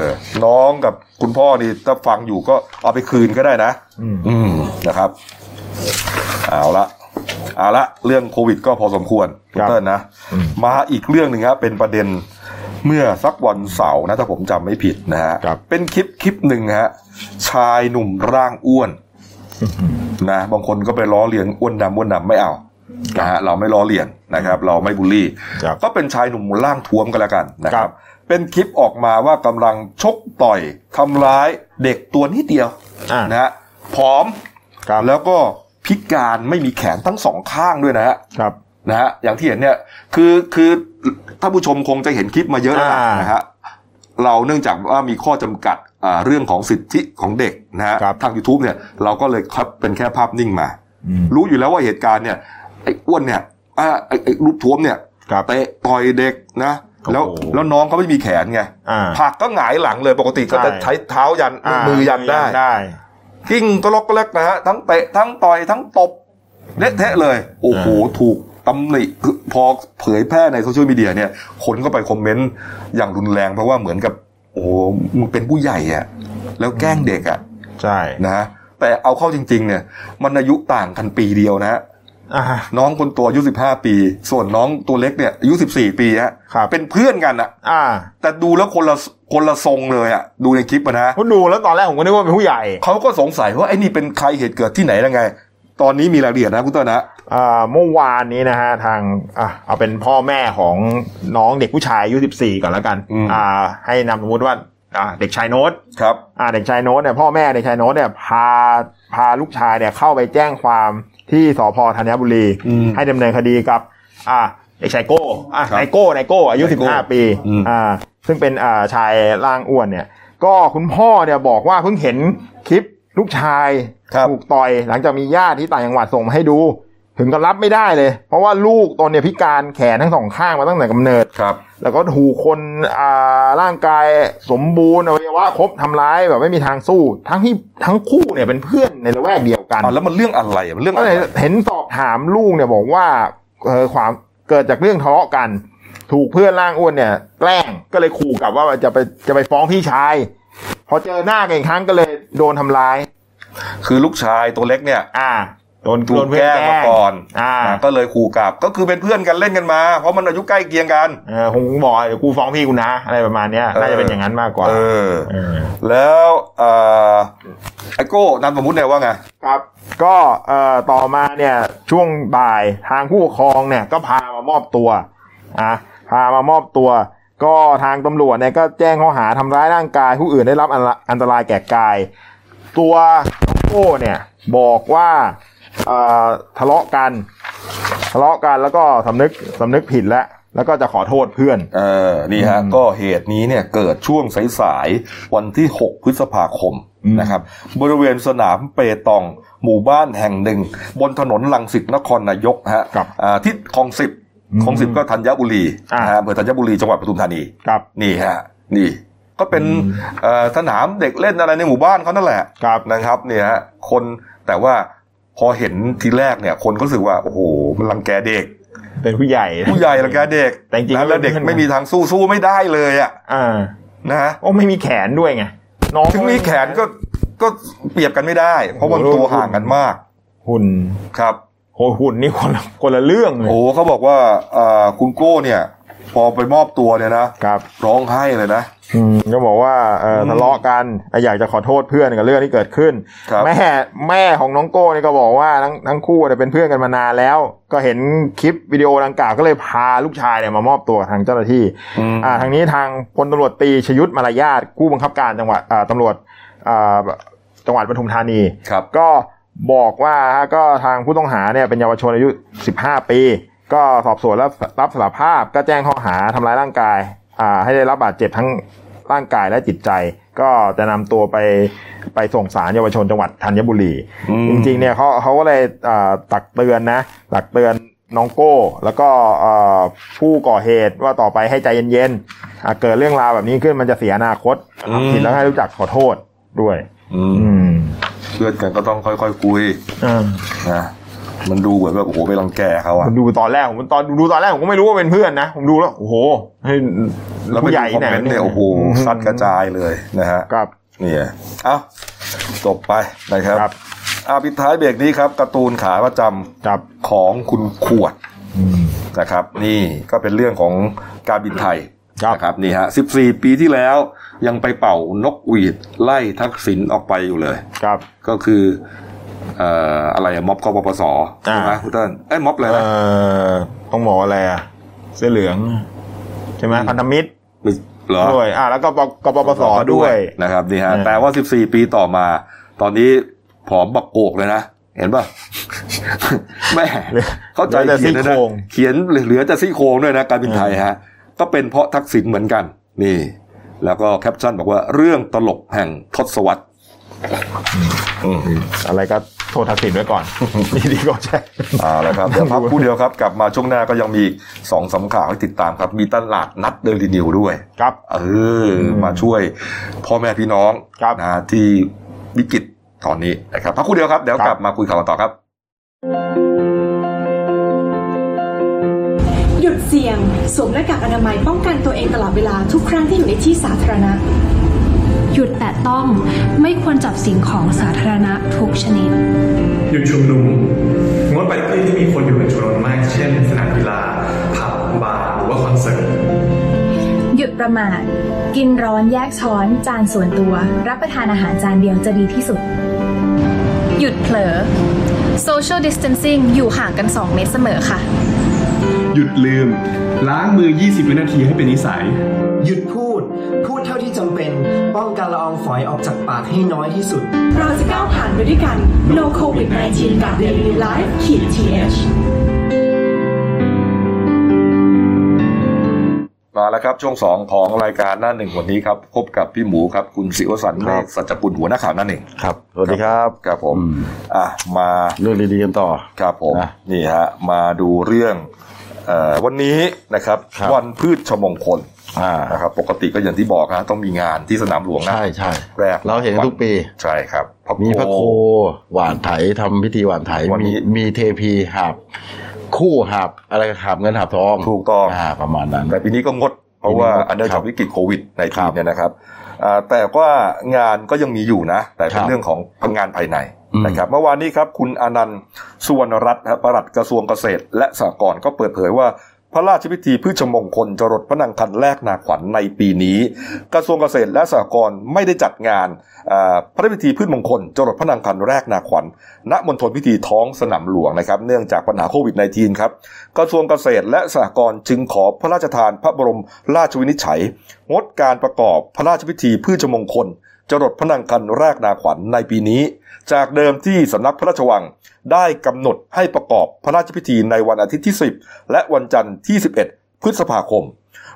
S1: น้องกับคุณพ่อนี่ถ้าฟังอยู่ก็เอาไปคืนก็ได้นะ
S3: อืม
S1: อืมนะครับ เอาละเอาละเรื่องโควิดก็พอสมควร
S3: ครับ
S1: เติ้ลนะ
S3: อืม
S1: มาอีกเรื่องหนึ่งครับเป็นประเด็นเมื่อสักวันเสาร์นะถ้าผมจำไม่ผิดนะฮะ
S3: ครับ
S1: เป็นคลิปคลิปหนึ่งฮะชายหนุ่มร่างอ้วน
S3: อื้อหือ
S1: นะบางคนก็ไปล้อเลียนอ้วนดำอ้วนดำไม่เอานะฮะเราไม่ล้อเลียนนะครับ เราไม่บูลลี่
S3: ครับ
S1: ก็เป็นชายหนุ่มร่างท้วมกันแล้วกันนะค
S3: ครั
S1: รับ
S3: บ
S1: เป็นคลิปออกมาว่ากำลังชกต่อยทำร้ายเด็กตัวนิดเดียว
S3: อ่า
S1: นะฮะผอม
S3: ครับ
S1: แล้วก็พิการไม่มีแขนทั้งสองข้างด้วยนะฮะ
S3: ครับ
S1: นะฮะอย่างที่เห็นเนี่ยคือคือท่านผู้ชมคงจะเห็นคลิปมาเยอะแล้วล่ะ
S3: อ่าน
S1: นะฮะเราเนื่องจากว่ามีข้อจำกัดอ่าเรื่องของสิทธิของเด็กนะฮะ
S3: ครับ
S1: ทาง YouTube เนี่ยเราก็เลยคัดเป็นแค่ภาพนิ่งมา
S3: อืม
S1: รู้อยู่แล้วว่าเหตุการณ์เนี่ยไอ้อ้วนเนี่ยอ่าไอ้ไอ้รูปท้วมเนี่ย
S3: ครับ
S1: เตะต่อยเด็กนะแล้ว
S3: โอ้โห
S1: แล้วน้องเขาไม่มีแขนไง
S3: อ่า
S1: ผลักก็หงายหลังเลยปกติก็
S3: ใช่
S1: จะใช้เท้ายันมือยันได้
S3: ได้
S1: กิ้งก็ลกก็เล็กนะฮะทั้งเตะทั้งต่อยทั้งตบเละเทะเลย โอ้โหถูกตำหนิคือพอเผยแพร่ในโซเชียลมีเดียเนี่ย คนก็ไปคอมเมนต์อย่างรุนแรงเพราะว่าเหมือนกับ โอ้โหมึงเป็นผู้ใหญ่อะแล้วแกล้งเด็กอะ
S3: ใช่
S1: นะแต่เอาเข้าจริง ๆ เนี่ย มันอายุต่างกันปีเดียวนะฮะ
S3: อ่า
S1: น้องคนโตัวอายุ15 ปี ส่วนน้องตัวเล็กเนี่ยอายุ14 ปีฮะ
S3: ครับ
S1: เป็นเพื่อนกันอะ
S3: อ่า
S1: แต่ดูแล้วคนละคนละทรงเลยอะดูในคลิปอะนะ
S3: ผมดูแล้วตอนแรกผมก็นึกว่าเป็นผู้ใหญ่
S1: เขาก็สงสัยว่าไอ้นี่เป็นใครเหตุเกิดที่ไหนยังไง ตอนนี้มีรายละเอียดนะคุณเต้นนะ
S3: อ่าเมื่อวานนี้นะฮะทางอ่ะเอาเป็นพ่อแม่ของน้องเด็กผู้ชายอายุ14 ก่อนแล้วกัน
S1: อืม
S3: อ่าให้นามสมมติว่าอ่าเด็กชายโน้ต
S1: ครับ
S3: อ่าเด็กชายโน้ตเนี่ยพ่อแม่เด็กชายโน้ตเนี่ยพาพาลูกชายเนี่ยเข้าไปแจ้งความที่สพธัญบุรี
S1: อืม
S3: ให้ดำเนินคดีกับอ่าเด็กชายโก้อ่ะ
S1: ครับ
S3: ไนโก้ไนโก้อายุ
S1: ไนโก้
S3: 15 ปี
S1: อืม
S3: อ่าซึ่งเป็นอ่าชายร่างอ้วนเนี่ย ก็คุณพ่อเนี่ยบอกว่าเพิ่งเห็นคลิปลูกชาย
S1: ครับ
S3: ถูกต่อยหลังจากมีญาติที่ต่างจังหวัดส่งมาให้ดู ถึงกับรับไม่ได้เลย เพราะว่าลูกตนเนี่ยพิการแขนทั้งสองข้างมาตั้งแต่กำเนิด
S1: ครับ
S3: แล้วก็ถูกคนอ่าร่างกายสมบูรณ์อวัยวะครบทำร้ายแบบไม่มีทางสู้ ทั้งที่ทั้งคู่เนี่ยเป็นเพื่อนในละแวกเดียวกัน
S1: อ่ะแล้วมันเรื่องอะไรอะมันเรื่อง
S3: ก็
S1: อะไร
S3: เลยเห็นสอบถามลูกเนี่ยบอกว่าเออความเกิดจากเรื่องทะเลาะกัน ถูกเพื่อนร่างอ้วนเนี่ย แกล้งก็เลยขู่กลับว่าจะไปจะไปฟ้องพี่ชาย พอเจอหน้ากันอีกครั้งก็เลยโดนทำร้าย
S1: คือลูกชายตัวเล็กเนี่ย
S3: อ่า โดน
S1: ถู
S3: โด
S1: ก
S3: นเพื่
S1: แก
S3: อน
S1: ล้ง
S3: แกล้
S1: มาง ก่อน
S3: อ่า
S1: ก็เลยขู่กลับก็คือเป็นเพื่อนกันเล่นกันมา เพราะมันอายุใกล้เคียงกัน
S3: เออคงบอกเดี๋ยวกูฟ้องพี่กูนะ อะไรประมาณเนี้ย
S1: เออ
S3: น่าจะเป็นอย่างนั้นมากกว่า
S1: เออ
S3: เออ
S1: แล้วเอ่อไอโก้นามสมมุติเนี่ยว่าไง
S3: ครับ ก็เอ่อต่อมาเนี่ยช่วงบ่ายทางผู้ปกครองเนี่ยก็พามามอบตัวอ่ะพามามอบตัว ก็ทางตำรวจเนี่ยก็แจ้งข้อหาทำร้ายร่างกาย ผู้อื่นได้รับอันละอันตรายแก่กาย ตัวน้องโก้เนี่ยบอกว่าเอ่อทะเลาะกัน ทะเลาะกันแล้วก็สำนึกสำนึกผิดแล้วแล้วก็จะขอโทษเพื่อน
S1: เออ นี่ฮะ
S3: อืม
S1: ก็เหตุนี้เนี่ยเกิดช่วงสายๆ วันที่ 6 พฤษภาคม
S3: อืม
S1: นะครับ บริเวณสนามเปตอง หมู่บ้านแห่งหนึ่ง บนถนนลังสิตนครนายกฮะ
S3: กับ
S1: อ่าที่คลองสิบ
S3: อืม
S1: คลองสิบก็ธัญบุรี
S3: อ่าน
S1: นะฮะอำเภอธัญบุรีจังหวัดปทุมธานี
S3: กับ
S1: นี่ฮะ นี่ ก็เป็น
S3: อืม
S1: เอ่อสนามเด็กเล่นอะไรในหมู่บ้านเขานั่นแหละ
S3: กับ
S1: นะครับเนี่ยฮะคนแต่ว่าพอเห็นทีแรกเนี่ย คนก็รู้สึกว่า โอ้โห มันรังแกเด็ก
S3: เป็นผู้ใหญ่
S1: ผู้ใหญ่รังแกเด็ก
S3: แต่จริงๆ
S1: นะแล้วเด็ก
S3: เพื่อนๆ
S1: ไม่มีทางสู้สู้ไม่ได้เลยอะ
S3: อ่า
S1: นะฮะ
S3: โอ้ไม่มีแขนด้วยไงน้อง
S1: ถึงมีแขนก็ก็เปรียบกันไม่ได้ เพราะ
S3: โอ้
S1: มัน
S3: โห
S1: ตัวห่างกันมาก
S3: หุ่น
S1: ครับ
S3: โหหุ่นนี่คนละคนละเรื่องเลย
S1: โอ้โหเขาบอกว่าเอ่อคุณโก้เนี่ย พอไปมอบตัวเนี่ยนะครับ ร้องไห้เลยนะ
S3: อืมก็บอกว่าเออ
S1: อืม
S3: ทะเลาะกันอ่ะอยากจะขอโทษเพื่อนกับเรื่องที่เกิดขึ้น
S1: ครับ
S3: แม่แม่ของน้องโก้นี่ก็บอกว่าทั้งทั้งคู่เนี่ยเป็นเพื่อนกันมานานแล้ว ก็เห็นคลิปวิดีโอดังกล่าวก็เลยพาลูกชายเนี่ยมามอบตัวกับทางเจ้าหน้าที่
S1: อืม
S3: อ่าทางนี้ทางพลตำรวจตรีชยุทธมารยาทผู้บังคับการจังหวัดอ่าตำรวจอ่าจังหวัดปทุมธานี
S1: ครับ
S3: ก็บอกว่าฮะก็ทางผู้ต้องหาเนี่ยเป็นเยาวชนอายุ 15 ปี ก็สอบสวนแล้วรับสารภาพก็แจ้งข้อหาทำร้ายร่างกายอ่าให้ได้รับบาดเจ็บทั้ง ร่างกายและจิตใจ ก็จะนำตัวไปไปส่งสารเยาวชนจังหวัดธัญบุรี
S1: อืม
S3: จริงๆเนี่ยเขาเขาก็เลยอ่าตักเตือนนะตักเตือนน้องโก้ แล้วก็อ่าผู้ก่อเหตุว่าต่อไปให้ใจเย็นๆอ่ะเกิดเรื่องราวแบบนี้ขึ้นมันจะเสียอนาคต
S1: อืม
S3: ทำผิดแล้วให้รู้จักขอโทษด้วย
S1: อืม
S3: อืม
S1: เพื่อนกันก็ต้องค่อยๆคุย
S3: อ่า
S1: นะมันดูเหมือนแบบโอ้โหไปรังแกเขา
S3: ผ
S1: อะ
S3: มดูตอนแรกผมตอนดูตอนแรกผมก็ไม่รู้ว่าเป็นเพื่อนนะ ผมดูแล้ว โอ้โหให้
S1: แล้วไป
S3: ผู้
S1: ดู
S3: ใหญ่
S1: คอม
S3: ไหน
S1: เมนต์เนี่ยโอ้โหซัดกระจายเลยนะฮะ
S3: ครับ
S1: เนี่ยเอ้าจบไปนะครับ
S3: ครับ
S1: อ่ะปิดท้ายเบรกนี้ครับการ์ตูนขาประจำ
S3: ครับ
S1: ของคุณขวด
S3: อืม
S1: นะครับนี่ก็เป็นเรื่องของการบินไทย
S3: ครับ
S1: นะครับนี่ฮะ 14 ปีที่แล้วยังไปเป่านกหวีดไล่ทักษิณออกไปอยู่เลย
S3: ครับ
S1: ก็คือเอ่ออะไรอะม็อบกปปสใช่ไหม
S3: อ่า
S1: คุณเติ้ลไอ้ยม็อบอะไร
S3: เอ่
S1: นะ
S3: อต้องบอกว่าอะไรอ่ะเสื้อเหลือง ใช่ไหมพันธมิตร
S1: มิเหรอ
S3: ด้วยอ่ะแล้วก็ปกปปสด้วย
S1: นะครับนี่ฮะ
S3: อ่า
S1: แต่ว่า 14 ปีต่อมา ตอนนี้ผอมบักโกกเลยนะ เห็นป่ะ แม่เข้าใจ
S3: หลือแต่
S1: เขีย
S3: ซี่
S1: นด้วยนะ
S3: โครง
S1: เขียนเหลือแต่ซี่โครงด้วยนะการบินไทยฮะ ก็เป็นเพราะทักษิณเหมือนกัน นี่ แล้วก็แคปชั่นบอกว่าเรื่องตลกแห่งทศวรรษ
S3: อะไรก็โทรทักษิณไว้ก่อน นี่ดีกว่าใช่
S1: อ่า แล้วครับ เดี๋ยวพักครู่เดียวครับ กลับมาช่วงหน้าก็ยังมีอีกสองสามข่าวให้ติดตามครับ มีตลาดนัดเดลินิวด้วย
S3: ครับ
S1: เออมาช่วยพ่อแม่พี่น้อง
S3: ครับ
S1: นะที่วิกฤตตอนนี้นะครับพักครู่เดียวครับ เดี๋ยวกลับมาคุยข่าวกันต่อครับ
S4: หยุดเสี่ยง สวมหน้ากากอนามัยป้องกันตัวเองตลอดเวลาทุกครั้งที่อยู่ในที่สาธารณะ
S5: หยุดแตะต้องไม่ควรจับสิ่งของสาธารณะทุกชนิด
S6: หยุดชุมนุมงดไปที่ที่มีคนอยู่เป็นจำนวนมาก เช่น สนามกีฬาผับบาร์หรือว่าคอนเสิร์ต
S7: หยุดประมาท กินร้อนแยกช้อน จานส่วนตัว รับประทานอาหารจานเดียวจะดีที่สุด หยุดเผลอ social distancing อยู่ห่างกัน 2 เมตรเสมอค่ะ
S8: หยุดลืม ล้างมือ 20 วินาทีให้เป็นนิสัย
S9: หยุดพูด พูดเท่าที่จำเป็น ป้องกันละอองฝอยออกจากปากให้น้อยที่สุด
S4: เราจะก้าวผ่านไปด้วยกัน No COVID 19กับ Daily Life ขีด th
S1: มาแล้วครับช่วงสองของรายการหน้าหนึ่งวันนี้ครับ พบกับพี่หมูครับ คุณศิวสันต์
S10: ค
S1: เม
S10: รับ
S1: ฆสัจกุลหัวหน้าข่าวหนั่นเอง
S10: ครับ สวัสดีครับ
S1: ครับผม
S10: อืม
S1: อ่ะ มา
S10: เรื่องดีๆกันต่อ
S1: ครับผม
S10: นะ
S1: นี่ฮะ มาดูเรื่องเอ่อวันนี้นะครับ
S10: ครับ
S1: วันพืชชมงคล
S10: อ่า
S1: นะครับ ปกติก็อย่างที่บอกนะต้องมีงานที่สนามหลวงนะ
S10: ใช่ใช่
S1: แรก
S10: เราเห็นทุกปี
S1: ใช่ครับระ
S10: มีพระโคหวานไถทำพิธีหวานไถ
S1: วันนี้
S10: มีมีเทพีหาบ คู่หาบ อะไรหาบเงินหาบทอง
S1: ถูกต้อง
S10: อ่าประมาณนั้น
S1: แต่ปีนี้ก็งด เพราะว่า
S10: ปีนี้งด
S1: อันเนื่อง
S10: ครั
S1: จาก
S10: บ
S1: วิกฤตโควิดใน
S10: ครั
S1: ที
S10: บ
S1: เนี่ยนะครับอ่าแต่ว่างานก็ยังมีอยู่นะ แต่เป็
S10: คน รับ
S1: เรื่องของงานภายใน
S10: อืม
S1: นะครับเมื่อวานนี้ครับคุณอนันต์สุวรรณรัตน์ฮะปลัดกระทรวงเกษตร และสหกรณ์ก็เปิดเผยว่า พระราชพิธีพืชมงคลจรดพระนางคันแรกนาขวัญในปีนี้ กระทรวงเกษตรและสหกรณ์ไม่ได้จัดงานอ่าพระราชพิธีพืชมงคลจรดพระนางคันแรกนาขวัญ ณมณฑลพิธีท้องสนามหลวงนะครับ เนื่องจากปัญหาโควิด -19 ครับ กระทรวงเกษตรและสหกรณ์จึงขอพระราชทานพระบรมราชวินิจฉัย งดการประกอบพระราชพิธีพืชมงคล จรดพระนางคันแรกนาขวัญในปีนี้ จากเดิมที่สำนักพระราชวังได้กำหนดให้ประกอบพระราชพิธีในวันอาทิตย์ที่ 10 และวันจันทร์ที่ 11 พฤษภาคม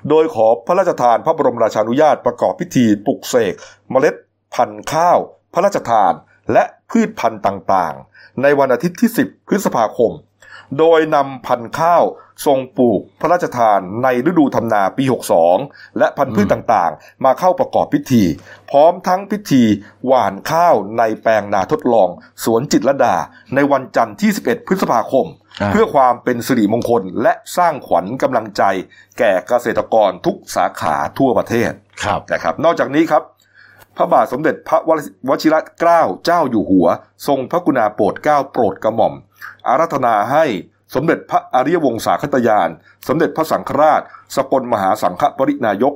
S1: โดยขอพระราชทานพระบรมราชานุญาตประกอบพิธีปลุกเสกเมล็ดพันธุ์ข้าว พระราชทาน และพืชพันธุ์ต่างๆ ในวันอาทิตย์ที่ 10 พฤษภาคม โดยนำพันธุ์ข้าวทรงปลูกพระราชทานในฤดูทำนาปี 62 และพันธุ์พืชต่างๆ มาเข้าประกอบพิธี พร้อมทั้งพิธีหว่านข้าวในแปลงนาทดลอง สวนจิตรลดา ในวันจันทร์ที่ 11 พฤษภาคม
S10: อ่า
S1: เพื่อความเป็นสิริมงคลและสร้างขวัญกำลังใจ แก่เกษตรกรทุกสาขาทั่วประเทศ
S10: ครับ
S1: นะครับนอกจากนี้ครับ พระบาทสมเด็จพระวชิรเกล้าเจ้าอยู่หัว ทรงพระกรุณาโปรดเกล้าโปรดกระหม่อม อารัธนาให้สมเด็จพระอริยวงศาคตยาน สมเด็จพระสังฆราช สกลมหาสังฆปรินายก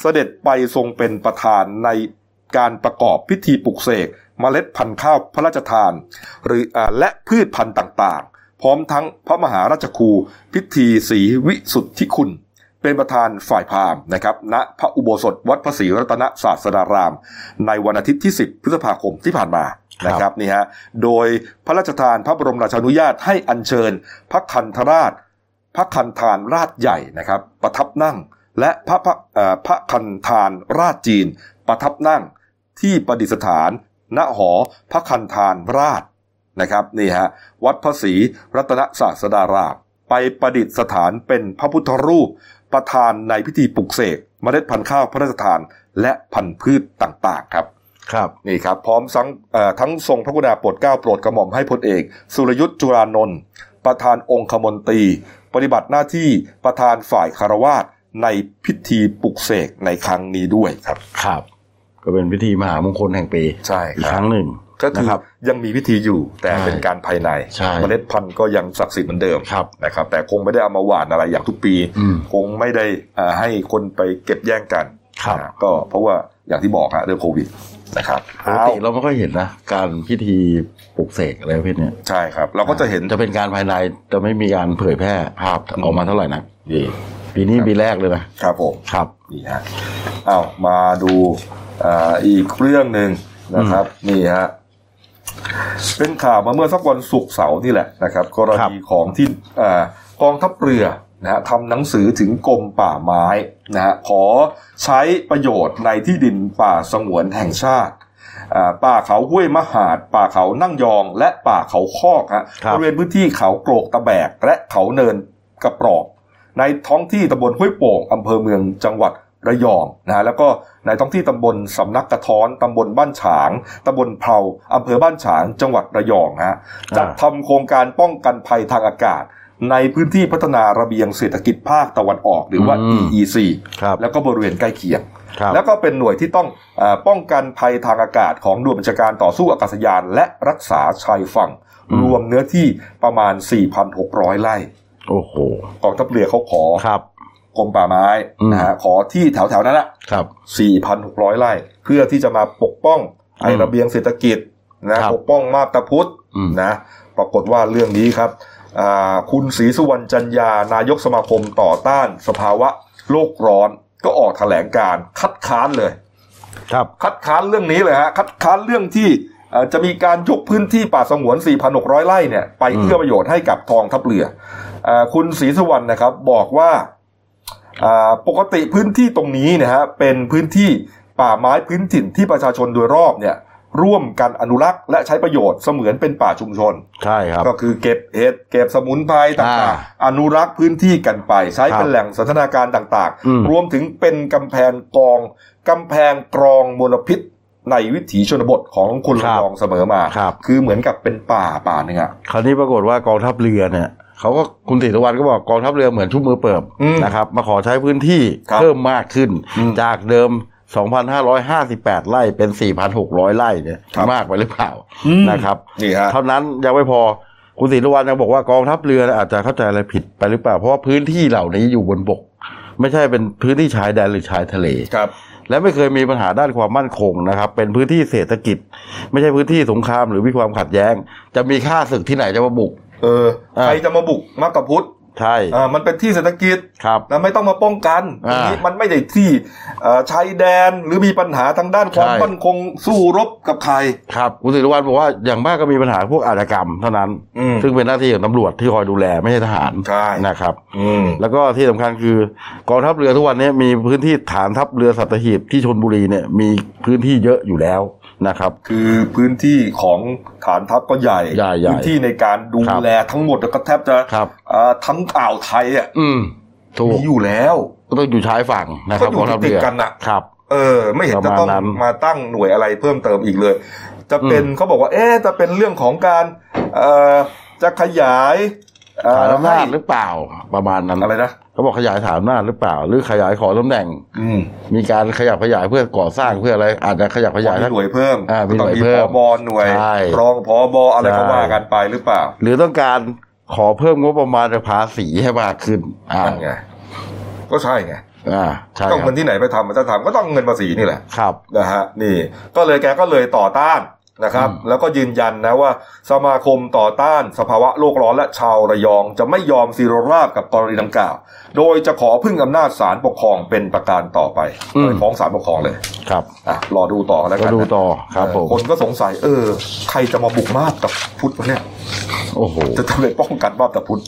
S1: เสด็จไปทรงเป็นประธานในการประกอบพิธีปลุกเสกเมล็ดพันธุ์ข้าวพระราชทาน หรืออาและพืชพันธุ์ต่างๆ พร้อมทั้งพระมหาราชครูพิธีศรีวิสุทธิคุณ เป็นประธานฝ่ายพราหมณ์นะครับณพระอุโบสถวัดพระศรีรัตนศาสดาราม ในวันอาทิตย์ที่ 10 พฤษภาคมที่ผ่านมา
S10: ครับ
S1: นะครับนี่ฮะโดยพระราชทานพระบรมราชานุญาตให้อัญเชิญ พระคันธราช พระคันธานราชใหญ่นะครับ ประทับนั่ง และพระพระเอ่อพระคันธานราชจีน ประทับนั่งที่ประดิษฐาน ณหอพระคันธานราชนะครับนี่ฮะวัดพระศรีรัตนศาสดารามไปประดิษฐานเป็นพระพุทธรูป ประธานในพิธีปลุกเสกเมล็ดพันธุ์ข้าวพระราชทานและพันธุ์พืชต่างๆครับ
S3: ครับ
S1: นี่ครับพร้อมทั้งเอ่อทั้งทรงพระกรุณาโปรดเกล้าโปรดกระหม่อมให้พลเอก สุรยุทธ์จุรานนท์ประธานองคมนตรี ปฏิบัติหน้าที่ประธานฝ่ายคารวาสในพิธีปลุกเสกในครั้งนี้ด้วยครับ
S3: ครับ ก็เป็นพิธีมหามงคลแห่งปี
S1: ใช่
S3: อีก
S1: ค
S3: ครับ รั้งหนึ่ง
S1: ก็คือ
S3: นะครับ
S1: ยังมีพิธีอยู่แต่
S3: ใช่
S1: เป็นการภายใน
S3: ใช่
S1: เมล็ดพันธุ์ก็ยังศักดิ์สิทธิ์เหมือนเดิม
S3: ครับ
S1: นะครับ แต่คงไม่ได้เอามาหว่านอะไรอย่างทุกปี
S3: อืม
S1: คงไม่ได้อ่าให้คนไปเก็บแย่งกัน
S3: ครับ
S1: นะก็เพราะว่าอย่างที่บอกฮะเรื่องโควิดนะครับ
S3: ปกติเราไม่ค่อยเห็นนะ การพิธีปลุกเสกอะไรประเภทเนี้ย
S1: ใช่ครับ เราก็จะเห็น
S3: จะเป็นการภายในจะไม่มีการเผยแพร่ภาพออกมาเท่าไหร่นะ
S1: นี่
S3: ปีนี้ปีแรกเลยนะครับ
S1: ผม
S3: ครับ
S1: นี่ฮะเอามาดูอาอีกเรื่องหนึ่งนะครับ นี่ฮะเป็นข่าวมาเมื่อสักวันศุกร์เสาร์นี่แหละนะครับ กร
S3: ครับ
S1: ณีของที่อ่ากองทัพเรือนะฮะทำหนังสือถึงกรมป่าไม้นะฮะขอใช้ประโยชน์ในที่ดินป่าสงวนแห่งชาติอ่าป่าเขาห้วยมหาด ป่าเขานั่งยอง และป่าเขาคอกฮะ
S3: ครับ บ
S1: ริเวณพื้นที่เขาโกรกตะแบก และเขาเนินกระปรอก ในท้องที่ตำบลห้วยโป่งอำเภอเมืองจังหวัดระยองนะฮะแล้วก็ในท้องที่ตำบลสำนักกระท้อนตำบลบ้านฉางตำบลเพลาอำเภอบ้านฉางจังหวัดระยองฮะ
S3: อ่า
S1: จัดทำโครงการป้องกันภัยทางอากาศ ในพื้นที่พัฒนาระเบียงเศรษฐกิจภาคตะวันออก หรือว่า EEC
S3: ครับ
S1: แล้วก็บริเวณใกล้เคียง
S3: ครับ
S1: แล้วก็เป็นหน่วยที่ต้องเออป้องกันภัยทางอากาศของหน่วยบัญชาการต่อสู้อากาศยาน และรักษาชายฝั่ง
S3: อืม
S1: รวมเนื้อที่ประมาณ 4,600 ไร่
S3: โอ้โห
S1: กองทัพเรือเขาขอ
S3: ครับ
S1: กรมป่าไม้
S3: อืม
S1: นะฮะขอที่แถวๆนั้นละ
S3: ครับ
S1: 4,600 ไร่ เพื่อที่จะมาปกป้องไอ้ระเบียงเศรษฐกิจนะครับ ปกป้องมาบตาพุธ
S3: อืม
S1: นะปรากฏว่าเรื่องนี้ครับอ่าคุณศรีสุวรรณจันยานายกสมาคมต่อต้านสภาวะโลกร้อนก็ออกแถลงการณ์คัดค้านเลย
S3: ครับ
S1: คัดค้านเรื่องนี้เลยฮะคัดค้านเรื่องที่เอ่อจะมีการยกพื้นที่ป่าสงวน 4,600 ไร่เนี่ยไป
S3: อืม
S1: เอื้อประโยชน์ให้กับทองทัพเรือเออคุณศรีสุวรรณนะครับบอกว่าอ่าปกติพื้นที่ตรงนี้เนะฮะเป็นพื้นที่ป่าไม้พื้นถิ่นที่ประชาชนโดยรอบเนี่ยร่วมกันอนุรักษ์และใช้ประโยชน์เสมือนเป็นป่าชุมชน
S3: ใช่ครับ
S1: ก็คือเก็บเห็ดเก็บสมุนไพรต่า
S3: อ่าง
S1: ๆ อนุรักษ์พื้นที่กันไป ใช้
S3: ครับ
S1: เป็นแหล่งสันทนาการต่าง
S3: อืม
S1: รวมถึงเป็นกำแพงกองกำแพงกรองมลพิษ ในวิถีชนบทของคนระยองเสมอมา
S3: ครับ
S1: คือเหมือนกับเป็นป่าป่าหนึ่งอะ
S3: คราวนี้ปรากฏว่ากองทัพเรือเนี่ยเขาก็คุณติตะวันก็บอกกองทัพเรือเหมือนชุบมือเปิบ
S1: อืม
S3: นะครับ มาขอใช้พื้นที่
S1: ครับ
S3: เพิ่มมากขึ้น
S1: อืม
S3: จากเดิม 2,558 ไร่เป็น 4,600 ไร่เนี่ย
S1: ครับ
S3: มากไปหรือเปล่านะครับ
S1: นี่ฮะ
S3: เท่านั้นยังไม่พอคุณศรีนวันยังบอกว่ากองทัพเรืออาจจะเข้าใจอะไรผิดไปหรือเปล่า เพราะว่าพื้นที่เหล่านี้อยู่บนบก ไม่ใช่เป็นพื้นที่ชายแดนหรือชายทะเล
S1: ครับ
S3: และไม่เคยมีปัญหาด้านความมั่นคงนะครับ เป็นพื้นที่เศรษฐกิจ ไม่ใช่พื้นที่สงครามหรือมีความขัดแย้ง จะมีค่าศึกที่ไหนจะมาบุก
S1: เออ
S3: อ่า
S1: ใครจะมาบุกมาบตาพุธ
S3: ใช่
S1: อ่ามันเป็นที่เศรษฐกิจ
S3: ครับ
S1: นะไม่ต้องมาป้องกัน
S3: อ่า
S1: ตรงนี้มันไม่ได้ที่เอ่อชายแดนหรือมีปัญหาทางด้านความ
S3: ใช่
S1: มั่นคงสู้รบกับใคร
S3: ครับคุณศิริวัลบอกว่าอย่างมากก็มีปัญหาพวกอาชญากรรมเท่านั้น
S1: อืม
S3: ซึ่งเป็นหน้าที่ของตำรวจที่คอยดูแลไม่ใช่ทหาร
S1: ใช่
S3: นะครับ
S1: อืม
S3: แล้วก็ที่สำคัญคือกองทัพเรือทุกวันนี้มีพื้นที่ฐานทัพเรือสัตหีบที่ชนบุรีเนี่ยมีพื้นที่เยอะอยู่แล้วนะครับ
S1: คือพื้นที่ของฐานทัพก็ใหญ่
S3: ใหญ่ใหญ่
S1: พื้นที่ในการดู
S3: ครับ
S1: แลทั้งหมดก็แทบจะ
S3: ครับ
S1: เอ่อทั้งอ่าวไทยอ่ะ
S3: อืมถูก
S1: มีอยู่แล้ว
S3: ก็ต้องอยู่ชายฝั่งนะครับ
S1: ก็อยู่
S3: กองทัพเรือ
S1: ติดกันน่ะ
S3: ครับ
S1: เออ ไม่เห็นจะต้อง
S3: ประมาณนั้น
S1: มาตั้งหน่วยอะไรเพิ่มเติมอีกเลย จะเป็น
S3: อืม
S1: เขาบอกว่า เอ๊ะจะเป็นเรื่องของการเอ่อจะขยายเอ่อ
S3: ฐานอำนาจ
S1: ให้
S3: หรือเปล่าประมาณนั้น
S1: อะไรนะ
S3: เขาบอกขยายฐานอำนาจหรือเปล่า หรือขยายขอตำแหน่ง
S1: อืม
S3: มีการขยับขยายเพื่อก่อสร้างเพื่ออะไรอาจจะขยับขยาย
S1: มีหน่วยเพิ่ม
S3: อ่ามีหน่วย
S1: ก็ต้ง
S3: เพิ่ม
S1: ผบหน่วย
S3: ใช่
S1: รองผอบอะไรก็
S3: ใช่
S1: ว่ากันไปหรือเปล่า
S3: หรือต้องการขอเพิ่มงบประมาณจากภาษีให้มากขึ้นอ่า
S1: นั่นไงก็ใช่ไง
S3: อ่าใช่
S1: ต้อง
S3: ครั
S1: เงิ
S3: บ
S1: นที่ไหนไปทำมันจะทำก็ต้องเงินภาษีนี่แหละ
S3: ครับ
S1: นะฮะนี่ก็เลยแกก็เลยต่อต้านนะครับ
S3: อืม
S1: แล้วก็ยืนยันนะว่าสมาคมต่อต้านสภาวะโลกร้อนและชาวระยองจะไม่ยอมซีโรราบกับกรณีดังกล่าว โดยจะขอพึ่งอำนาจศาลปกครองเป็นประการต่อไปไปฟ้องศาลปกครองเลย
S3: ครับ
S1: อ่ะรอดูต่อแล้ว
S3: ก็
S1: กันนะ
S3: ดูต่อครับ
S1: เอ
S3: ผ
S1: อ
S3: ม
S1: คนก็สงสัย เออ ใครจะมาบุกมาบกับพุทธวะเนี่ย
S3: โอ้โห
S1: จะทำไปป้องกันมาบกับพุทธ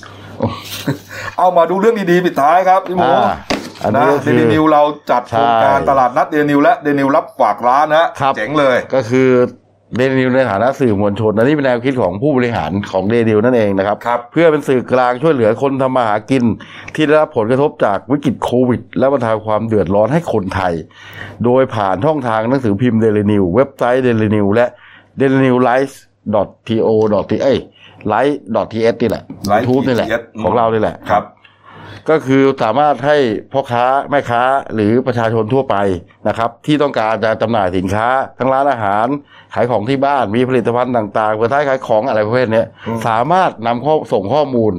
S1: เอามาดูเรื่องดีๆปิดท้ายครับพี่หมู
S3: อ่า
S10: อัน
S1: นะ
S10: นี้ก็
S1: เด
S10: คือ
S1: ลินิวเราจัดโครงการ
S10: ใช่
S1: ตลาดนัดเดลินิวและเดลินิวรับฝากร้านนะ
S10: ครับ
S1: เจ๋งเลย
S10: ก็คือเดนิวในฐานะสื่อมวลชนอันนี้เป็นแนวคิดของผู้บริหารของเดนิวนั่นเองนะครับ เพื่อเป็นสื่อกลางช่วยเหลือคนทำมาหากิน ที่ได้รับผลกระทบจากวิกฤตโควิด และบรรเทาความเดือดร้อนให้คนไทย โดยผ่านช่องทางหนังสือพิมพ์เดลินิวเว็บไซต์เดลินิวและ d e l i n e w l i f e t o t เอ้ย l i f e t s นี่แหละ
S1: Live
S10: YouTube นี่แหละ
S1: TS
S10: ของเรานี่แหละ
S1: ครับ
S10: ก็คือสามารถให้พ่อค้าแม่ค้าหรือประชาชนทั่วไปนะครับ ที่ต้องการจะจำหน่ายสินค้า ทั้งร้านอาหาร ขายของที่บ้านมีผลิตภัณฑ์ต่างๆเปิดท้ายขายของอะไรประเภทเนี้ยสามารถนำข้อส่งข้อมูล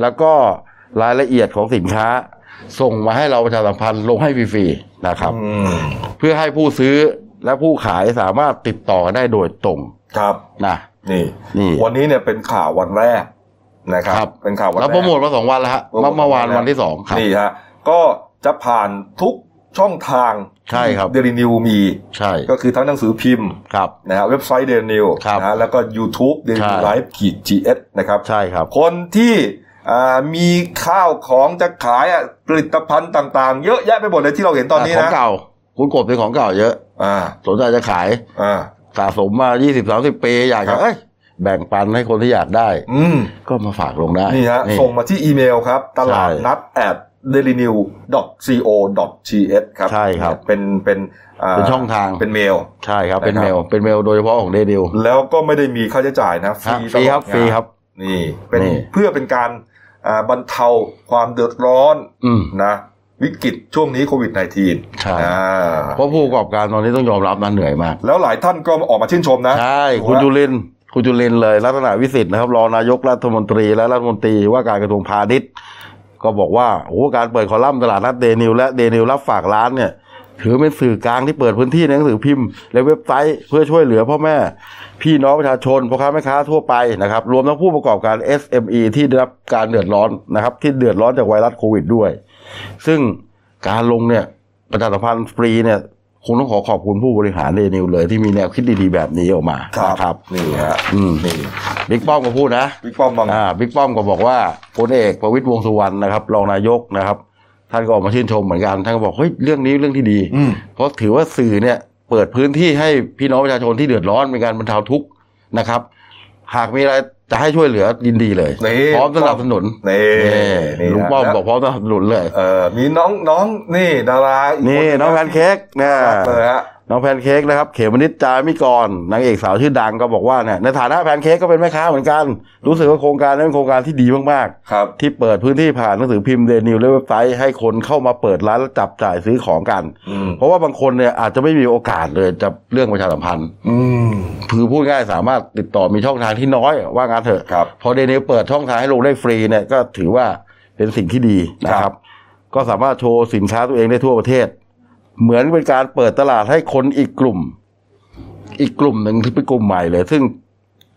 S10: แล้วก็รายละเอียดของสินค้า ส่งมาให้เราประชาสัมพันธ์ลงให้ฟรีๆนะครับ เพื่อให้ผู้ซื้อและผู้ขายสามารถติดต่อได้โดยตรง
S1: ครับ
S10: นะ
S1: นี่
S10: นี่
S1: วันนี้เนี่ยเป็นข่าววันแรกนะครับ เป็นข่าววันแร
S10: เรา
S1: ก
S10: โปรโมทมาสองวันแล้วฮะเมื่อเมื่อวานวันที่สองครับ
S1: นี่ฮะก็จะผ่านทุกช่องทาง
S10: ใช่ครับ
S1: เดลินิวมี
S10: ใช่
S1: ก็คือทั้งหนังสือพิมพ์
S10: ครับ
S1: นะฮะเว็บไซต์เดนิวนะฮะแล้วก็ YouTube เดนิวไลฟ์ขีดจีเอสนะครับ
S10: ใช่ครับ
S1: คนที่อ่ามีข้าวของจะขายอ่ะผลิตภัณฑ์ต่างๆ เยอะแยะไปหมดเลยที่เราเห็นตอนนี้
S10: ขอ
S1: นะ
S10: งเก่า คุณกบเป็นของเก่าเยอะ
S1: อ
S10: สนใจจะขาย
S1: อ
S10: สะสมมายี่สิบสามสิบปีอยาก
S1: ครั
S10: จะ
S1: บ
S10: เอ้ยแบ่งปันให้คนที่อยากได้
S1: อืม
S10: ก็มาฝากลงได้
S1: นี่ฮะส่งมาที่อีเมลครับ ตลาดนัด at d a i l y n e w co th ครับ
S10: ใช่ครับ
S1: เป็นเป็นา
S10: เป็นช่องทาง
S1: เป็นเมล
S10: ใช่ครับเป็น
S1: นะครับ
S10: เมลเป็นเมลโดยเฉพาะของเดนิว
S1: แล้วก็ไม่ได้มีค่าใช้จ่ายนะฟรี
S10: ฮะฟรีค
S1: ตลอดงา
S10: รับ
S1: น
S10: ฟรีครับ
S1: นี่เป็น
S10: นี่
S1: เพื่อเป็นการอ่าบรรเทาความเดือดร้อน
S10: อืม
S1: นะวิกฤตช่วงนี้โควิด -19
S10: ใช่
S1: อ่า
S10: เพราะผู้ประกอบการตอนนี้ต้องยอมรับนะเหนื่อยมาก
S1: แล้วหลายท่านก็ออกมาชื่นชมนะ
S10: ใช่คุณจุลินทร์คุณจุลินทร์เลยลักษณะวิสิทธิ์นะครับรองนายกรัฐมนตรีและรัฐมนตรีว่าการกระทรวงพาณิชย์ ก็บอกว่าโอ้โหการเปิดคอลัมน์ตลาดนัดเดนิวและเดนิวรับฝากร้านเนี่ย ถือเป็นสื่อกลางที่เปิดพื้นที่ในหนังสือพิมพ์ และเว็บไซต์เพื่อช่วยเหลือพ่อแม่ พี่น้องประชาชนพ่อค้าแม่ค้าทั่วไปนะครับ รวมทั้งผู้ประกอบการ SME ที่ได้รับการเดือดร้อนนะครับ ที่เดือดร้อนจากไวรัสโควิดด้วย ซึ่งการลงเนี่ยประชาสัมพันธ์ฟรีเนี่ยคงต้องขอขอบคุณผู้บริหารเดนิวเลย ที่มีแนวคิดดีๆแบบนี้ออกมานะครับ
S1: นี่ฮะ
S10: อืม
S1: นี่
S10: บิ๊กป้อมก็พูดนะ
S1: บิ๊กป้อมบาง
S10: อ่าบิ๊กป้อมก็บอกว่าพลเอกประวิตรวงษ์สุวรรณนะครับรองนายกนะครับ ท่านก็ออกมาชื่นชมเหมือนกัน ท่านก็บอกเฮ้ยเรื่องนี้เรื่องที่ดี
S1: อืม
S10: เพราะถือว่าสื่อเนี่ยเปิดพื้นที่ให้พี่น้องประชาชนที่เดือดร้อนเป็นการบรรเทาทุกข์นะครับ หากมีอะไรจะให้ช่วยเหลือยินดีเลย
S1: นี่
S10: พร้อมสนับสนุน
S1: นี่
S10: นี่ลุง
S1: ฮะ
S10: ป้อม
S1: แล้ว
S10: บอกพร้อมสนับสนุนเลย
S1: เออมีน้องน้องนี่ดาราอีก
S10: นี่
S1: ค
S10: น้องแพนเค้กนะ
S1: ครับเลยฮะ
S10: น้องแพนเค้กนะครับ เขมนิดจามิกรนางเอกสาวชื่อดังก็บอกว่าเนี่ยในฐานะแพนเค้กก็เป็นแม่ค้าเหมือนกัน รู้สึกว่าโครงการนั้นเป็นโครงการที่ดีมาก
S1: ครับ
S10: ที่เปิดพื้นที่ผ่านหนังสือพิมพ์เดนิวและเว็บไซต์ให้คนเข้ามาเปิดร้านและจับจ่ายซื้อของกัน
S1: อืม
S10: เพราะว่าบางคนเนี่ยอาจจะไม่มีโอกาสเลยจะเรื่องประชาสัมพันธ์
S1: อืม
S10: คือพูดง่ายสามารถติดต่อมีช่องทางที่น้อยว่างานเถอะ
S1: ครับ
S10: พอเดนิวเปิดช่องทางให้ลงได้ฟรีเนี่ยก็ถือว่าเป็นสิ่งที่ดีนะค
S1: ครั
S10: รับ
S1: บ
S10: ก็สามารถโชว์สินค้าตัวเองได้ทั่วประเทศ เหมือนเป็นการเปิดตลาดให้คนอีกกลุ่ม อีกกลุ่มหนึ่งที่เป็นกลุ่มใหม่เลย ซึ่ง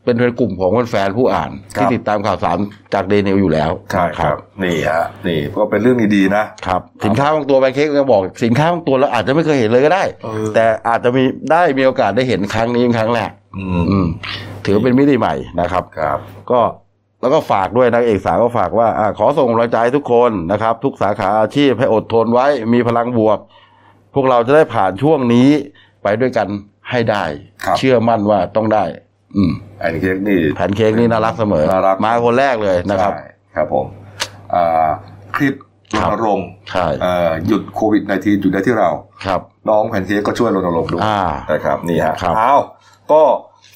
S10: เป็นเป็นกลุ่มของแฟนๆผู้อ่าน
S1: ครับ
S10: ที่ติดตามข่าวสารจากเดนิวอยู่แล้ว
S1: ใช่ครับ นี่ฮะนี่ก็เป็นเรื่องดีๆนะ
S10: ครับ สินค้าบางตัวแพนเค้กก็บอก สินค้าบางตัวเราอาจจะไม่เคยเห็นเลยก็ได้
S1: เออ
S10: แต่อาจจะมีได้มีโอกาสได้เห็นครั้งนี้เป็นครั้งแรก
S1: อืม
S10: อืม ถือเป็นมิติใหม่นะครับ
S1: ครับ
S10: ก็แล้วก็ฝากด้วยนางเอกสาวก็ฝากว่าอาขอส่งกำลังใจให้ทุกคนนะครับ ทุกสาขาอาชีพให้อดทนไว้มีพลังบวก พวกเราจะได้ผ่านช่วงนี้ไปด้วยกันให้ได้
S1: ครับ
S10: เชื่อมั่นว่าต้องได้ อืม
S1: แพนเค้กนี่
S10: แผนเค้กนี่น่ารักเสมอ
S1: น่ารัก
S10: มาคนแรกเลยนะครับ
S1: ใช่ครับผมอ่าคลิปร
S10: ครับ
S1: ณรงค์
S10: ใช่
S1: เอ่อหยุดโควิด -19 หยุดได้ที่เรา
S10: ครับ
S1: น้องแพนเค้กก็ช่วยรณรงค์ด้วย
S10: อ่า
S1: นะครับนี่ฮะ
S10: ครับ
S1: เอาก็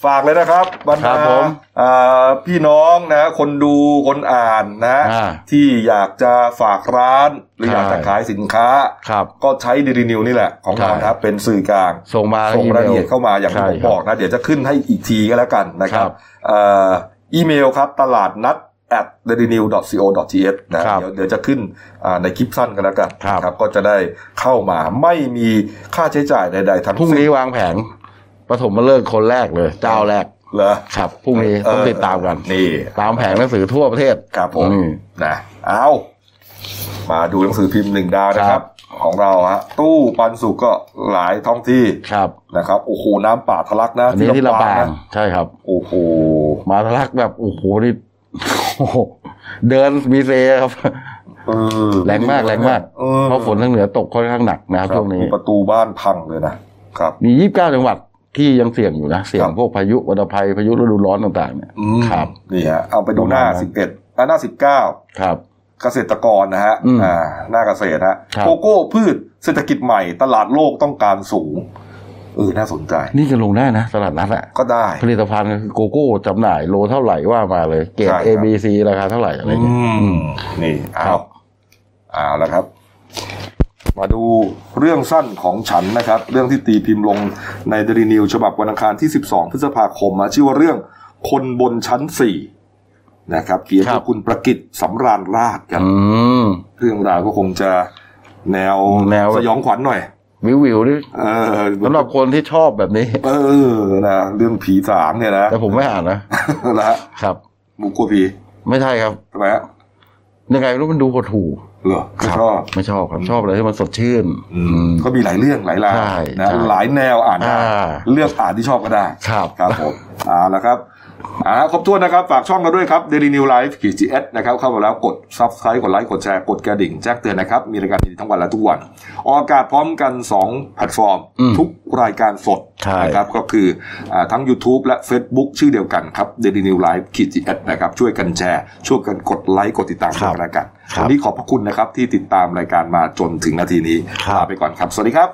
S1: ฝากเลยนะครับบรร
S10: ครั
S1: ดา
S10: บผม
S1: อ่าพี่น้องนะคนดูคนอ่านนะ
S10: อ่า
S1: ที่อยากจะฝากร้าน หรือ
S10: ใช่
S1: อยากจะขายสินค้า
S10: ครับ
S1: ก็ใช้ดีดีนิวนี่แหละของเรา
S10: ใช่
S1: นะครับเป็นสื่อกลาง
S10: ส่งมา
S1: ส่งรายละเอียดเข้ามาอย่างที่
S10: ใช่
S1: ผม
S10: ค
S1: บ
S10: รั
S1: อกนะ เดี๋ยวจะขึ้นให้อีกทีก็แล้วกันนะครั
S10: ครับ บ
S1: เอ่ออีเมลครับตลาดนัด at d a i l y n e w c o t h นะครับ เดี๋ยวเดี๋ยวจะขึ้นอ่าในคลิปสั้นกันแล้วกัน
S10: ครับ
S1: นะครับก็จะได้เข้ามาไม่มีค่าใช้จ่ายใดๆทั้ง
S10: พรุ่ง
S1: สิ้น
S10: นี้วางแผนปฐมมาเลิกษ์คนแรกเลย เจ้าแรก
S1: เหรอ
S10: ครับพรุ่งนี้ต้องติดตามกัน
S1: นี่
S10: ตามแผงหนังสือทั่วประเทศ
S1: ครับผม
S10: อืม
S1: นะเอามาดูหนังสือพิมพ์หนึ่งดาวนะครับ ของเราฮะตู้ปันสุกก็หลายท้องที่
S10: ครับ
S1: นะครับโอ้โหน้ำป่าทะลักนะ
S10: อันนี้ที่ลำปาง
S1: นะ
S10: ใช่ครับ
S1: โอ้โห
S10: มาทะลักแบบโอ้โหนี่ โอ้โหเดินมีเซครับ
S1: เออ
S10: แรงมากแรงมาก
S1: ออ
S10: เพราะฝนทางเหนือตกค่อนข้างหนักนะครับ
S1: ครับ
S10: ช่วงนี้
S1: มีประตูบ้านพังเลยนะครับ
S10: มี 29 จังหวัดที่ยังเสี่ยงอยู่นะ เสี่ย
S1: ค
S10: ง
S1: รับ
S10: พวกพายุวัฏภัยพายุฤดูร้อนต่างๆเนี่ย
S1: อืม
S10: ครับ
S1: นี่ฮะเอาไปดูหน้า
S10: ประมาณนั้น
S1: สิบเอ็ดหน้าสิบเก้า
S10: ครับ
S1: เกษตรกรนะฮะ
S10: อืม
S1: อ่าหน้าเกษตรฮะ
S10: ครับ
S1: โกโก้พืชเศรษฐกิจใหม่ตลาดโลกต้องการสูงเออน่าสนใจ
S10: นี่จะลงได้นะ ตลาดนัดอะ
S1: ก็ได้
S10: ผลิตภัณฑ์คือโกโก้จำหน่ายโลเท่าไหร่ว่ามาเลย เกรด
S1: ใช่ครับ
S10: A B C ราคาเท่าไหร่อะไร
S1: อื
S10: เงี้ย
S1: ม
S10: อืม
S1: นี่
S10: ค
S1: เอา
S10: รับ
S1: เอาแล้วครับ มาดูเรื่องสั้นของฉันนะครับ เรื่องที่ตีพิมพ์ลงในเดลีนิวฉบับวันอังคารที่ 12 พฤษภาคมนะชื่อว่าเรื่องคนบนชั้น 4 นะครับเขียน
S10: ครั
S1: โด
S10: บ
S1: ยคุณประกิตสำราญราชครับ
S10: อืม
S1: เรื่องราวก็คงจะแนว
S10: แนว
S1: สยองขวัญหน่อย
S10: วิววิวนี่
S1: เออ
S10: สำหรับคนที่ชอบแบบนี้
S1: เออนะเรื่องผีสางเนี่ยนะ
S10: แต่ผมไม่อ่านนะ
S1: นะฮะ
S10: ครับ
S1: บุกกลัวผี
S10: ไม่ใช่ครับ
S1: ทำไมฮะ
S10: ยังไงไม่รู้มันดูหดหู่
S1: เหรอไม่ชอบ
S10: ไม่ชอบครับชอบอะไรที่มันสดชื่น
S1: อืมก็มีหลายเรื่องหลายราว
S10: ใช่
S1: นะ
S10: ใช่
S1: หลายแนวอ่านได้
S10: อ่า
S1: เลือกอ่านที่ชอบก็ได้
S10: ครับ
S1: ครับผมเอาละครับอ่าครบถ้วนนะครับ ฝากช่องเราด้วยครับ Daily New Life ขีดจีเอสนะครับ เข้ามาแล้วกด Subscribe กดไลค์กดแชร์กดกระดิ่ง แจ้งเตือนนะครับ มีรายการดีๆทั้งวันและทุกวัน ออกอากาศพร้อมกัน 2 แพลตฟอร์ม
S10: อืม
S1: ทุกรายการสด
S10: ใช่
S1: นะครับ ก็คืออาทั้ง YouTube และ Facebook ชื่อเดียวกันครับ Daily New Life ขีดจีเอสนะครับ ช่วยกันแชร์ช่วยกันกดไลค์กดติดตามกันแล้วกันวันนี้ขอบพระคุณนะครับที่ติดตามรายการมาจนถึงนาทีนี้
S10: ครับ
S1: ลาไปก่อนครับสวัสดีครับ